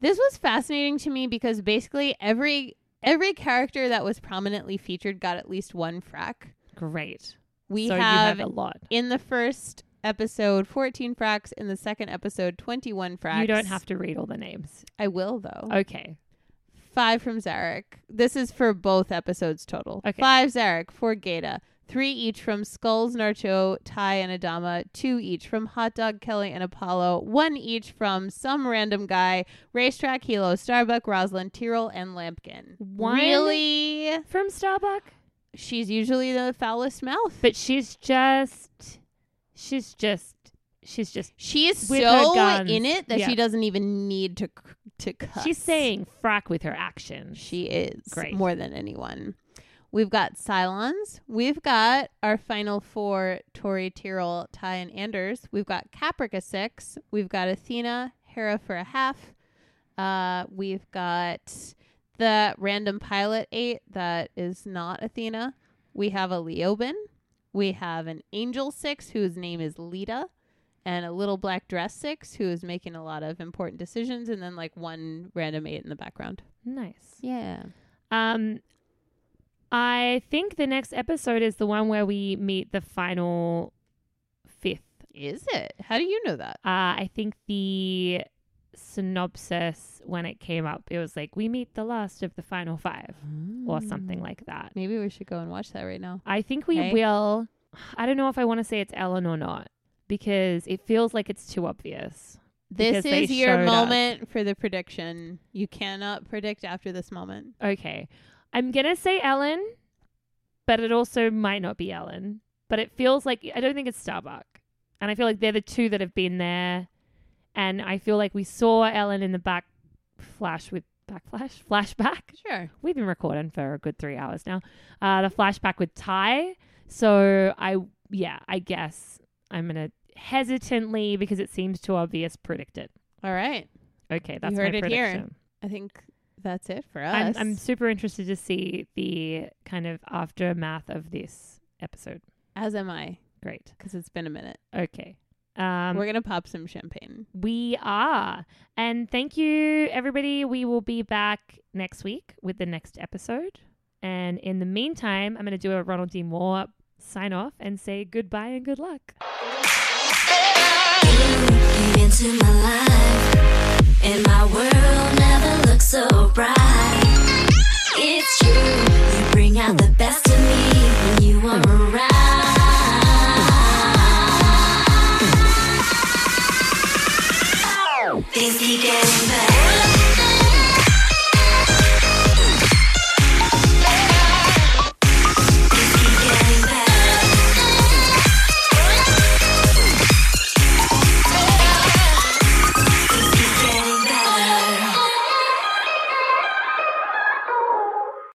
Speaker 2: this was fascinating to me because basically every every character that was prominently featured got at least one frack.
Speaker 1: great.
Speaker 2: We
Speaker 1: so
Speaker 2: have,
Speaker 1: you have a lot.
Speaker 2: in the first episode 14 fracks, in the second episode 21 fracks.
Speaker 1: You don't have to read all the names.
Speaker 2: I will though.
Speaker 1: Okay.
Speaker 2: Five from Zarek. This is for both episodes total.
Speaker 1: Okay.
Speaker 2: Five Zarek, four Gata, three each from Skulls, Nacho, Ty, and Adama, two each from Hot Dog, Kelly, and Apollo, one each from some random guy, Racetrack, Hilo, Starbuck, Rosalind, Tyrrell, and Lampkin.
Speaker 1: One-
Speaker 2: Really?
Speaker 1: From Starbuck.
Speaker 2: She's usually the foulest mouth.
Speaker 1: But she's just, she's just, she's just,
Speaker 2: she is
Speaker 1: With her
Speaker 2: so
Speaker 1: guns.
Speaker 2: in it that
Speaker 1: Yeah.
Speaker 2: she doesn't even need to c- to cuss.
Speaker 1: she's saying frack with her actions.
Speaker 2: She is
Speaker 1: Great.
Speaker 2: more than anyone. We've got Cylons. We've got our final four: Tori, Tyrell, Ty, and Anders. We've got Caprica six. We've got Athena, Hera for a half. Uh, we've got the random pilot eight that is not Athena. We have a Leoben. We have an Angel six whose name is Lita, and a little black dress six who is making a lot of important decisions, and then like one random eight in the background.
Speaker 1: nice.
Speaker 2: Yeah.
Speaker 1: Um, I think the next episode is the one where we meet the final fifth.
Speaker 2: Is it? How do you know that?
Speaker 1: Uh, I think the synopsis when it came up, it was like we meet the last of the final five or something like that.
Speaker 2: Mm. Maybe we should go and watch that right now.
Speaker 1: I think we
Speaker 2: Hmm. Okay.
Speaker 1: will. I don't know if I want to say it's Ellen or not because it feels like it's too obvious. Because
Speaker 2: This
Speaker 1: they
Speaker 2: is your
Speaker 1: showed up.
Speaker 2: moment for the prediction. You cannot predict after this moment.
Speaker 1: Okay. I'm going to say Ellen, but it also might not be Ellen. But it feels like I don't think it's Starbuck. And I feel like they're the two that have been there. And I feel like we saw Ellen in the back flash with backflash, flashback.
Speaker 2: Sure.
Speaker 1: We've been recording for a good three hours now. Uh, the flashback with Ty. So I, yeah, I guess I'm going to hesitantly, because it seems too obvious, predict it.
Speaker 2: All right.
Speaker 1: Okay, that's
Speaker 2: heard
Speaker 1: my
Speaker 2: it here.
Speaker 1: prediction.
Speaker 2: I think that's it for
Speaker 1: I'm,
Speaker 2: us.
Speaker 1: I'm super interested to see the kind of aftermath of this episode.
Speaker 2: As am I,
Speaker 1: Great.
Speaker 2: because it's been a minute.
Speaker 1: Okay. Um,
Speaker 2: We're going to pop some champagne.
Speaker 1: we are. And thank you, everybody. We will be back next week with the next episode. And in the meantime, I'm going to do a Ronald D. Moore sign off and say goodbye and good luck.
Speaker 4: came into my life, and my world never looked so bright. It's true, you bring out the best of me when you are around. Busy getting better.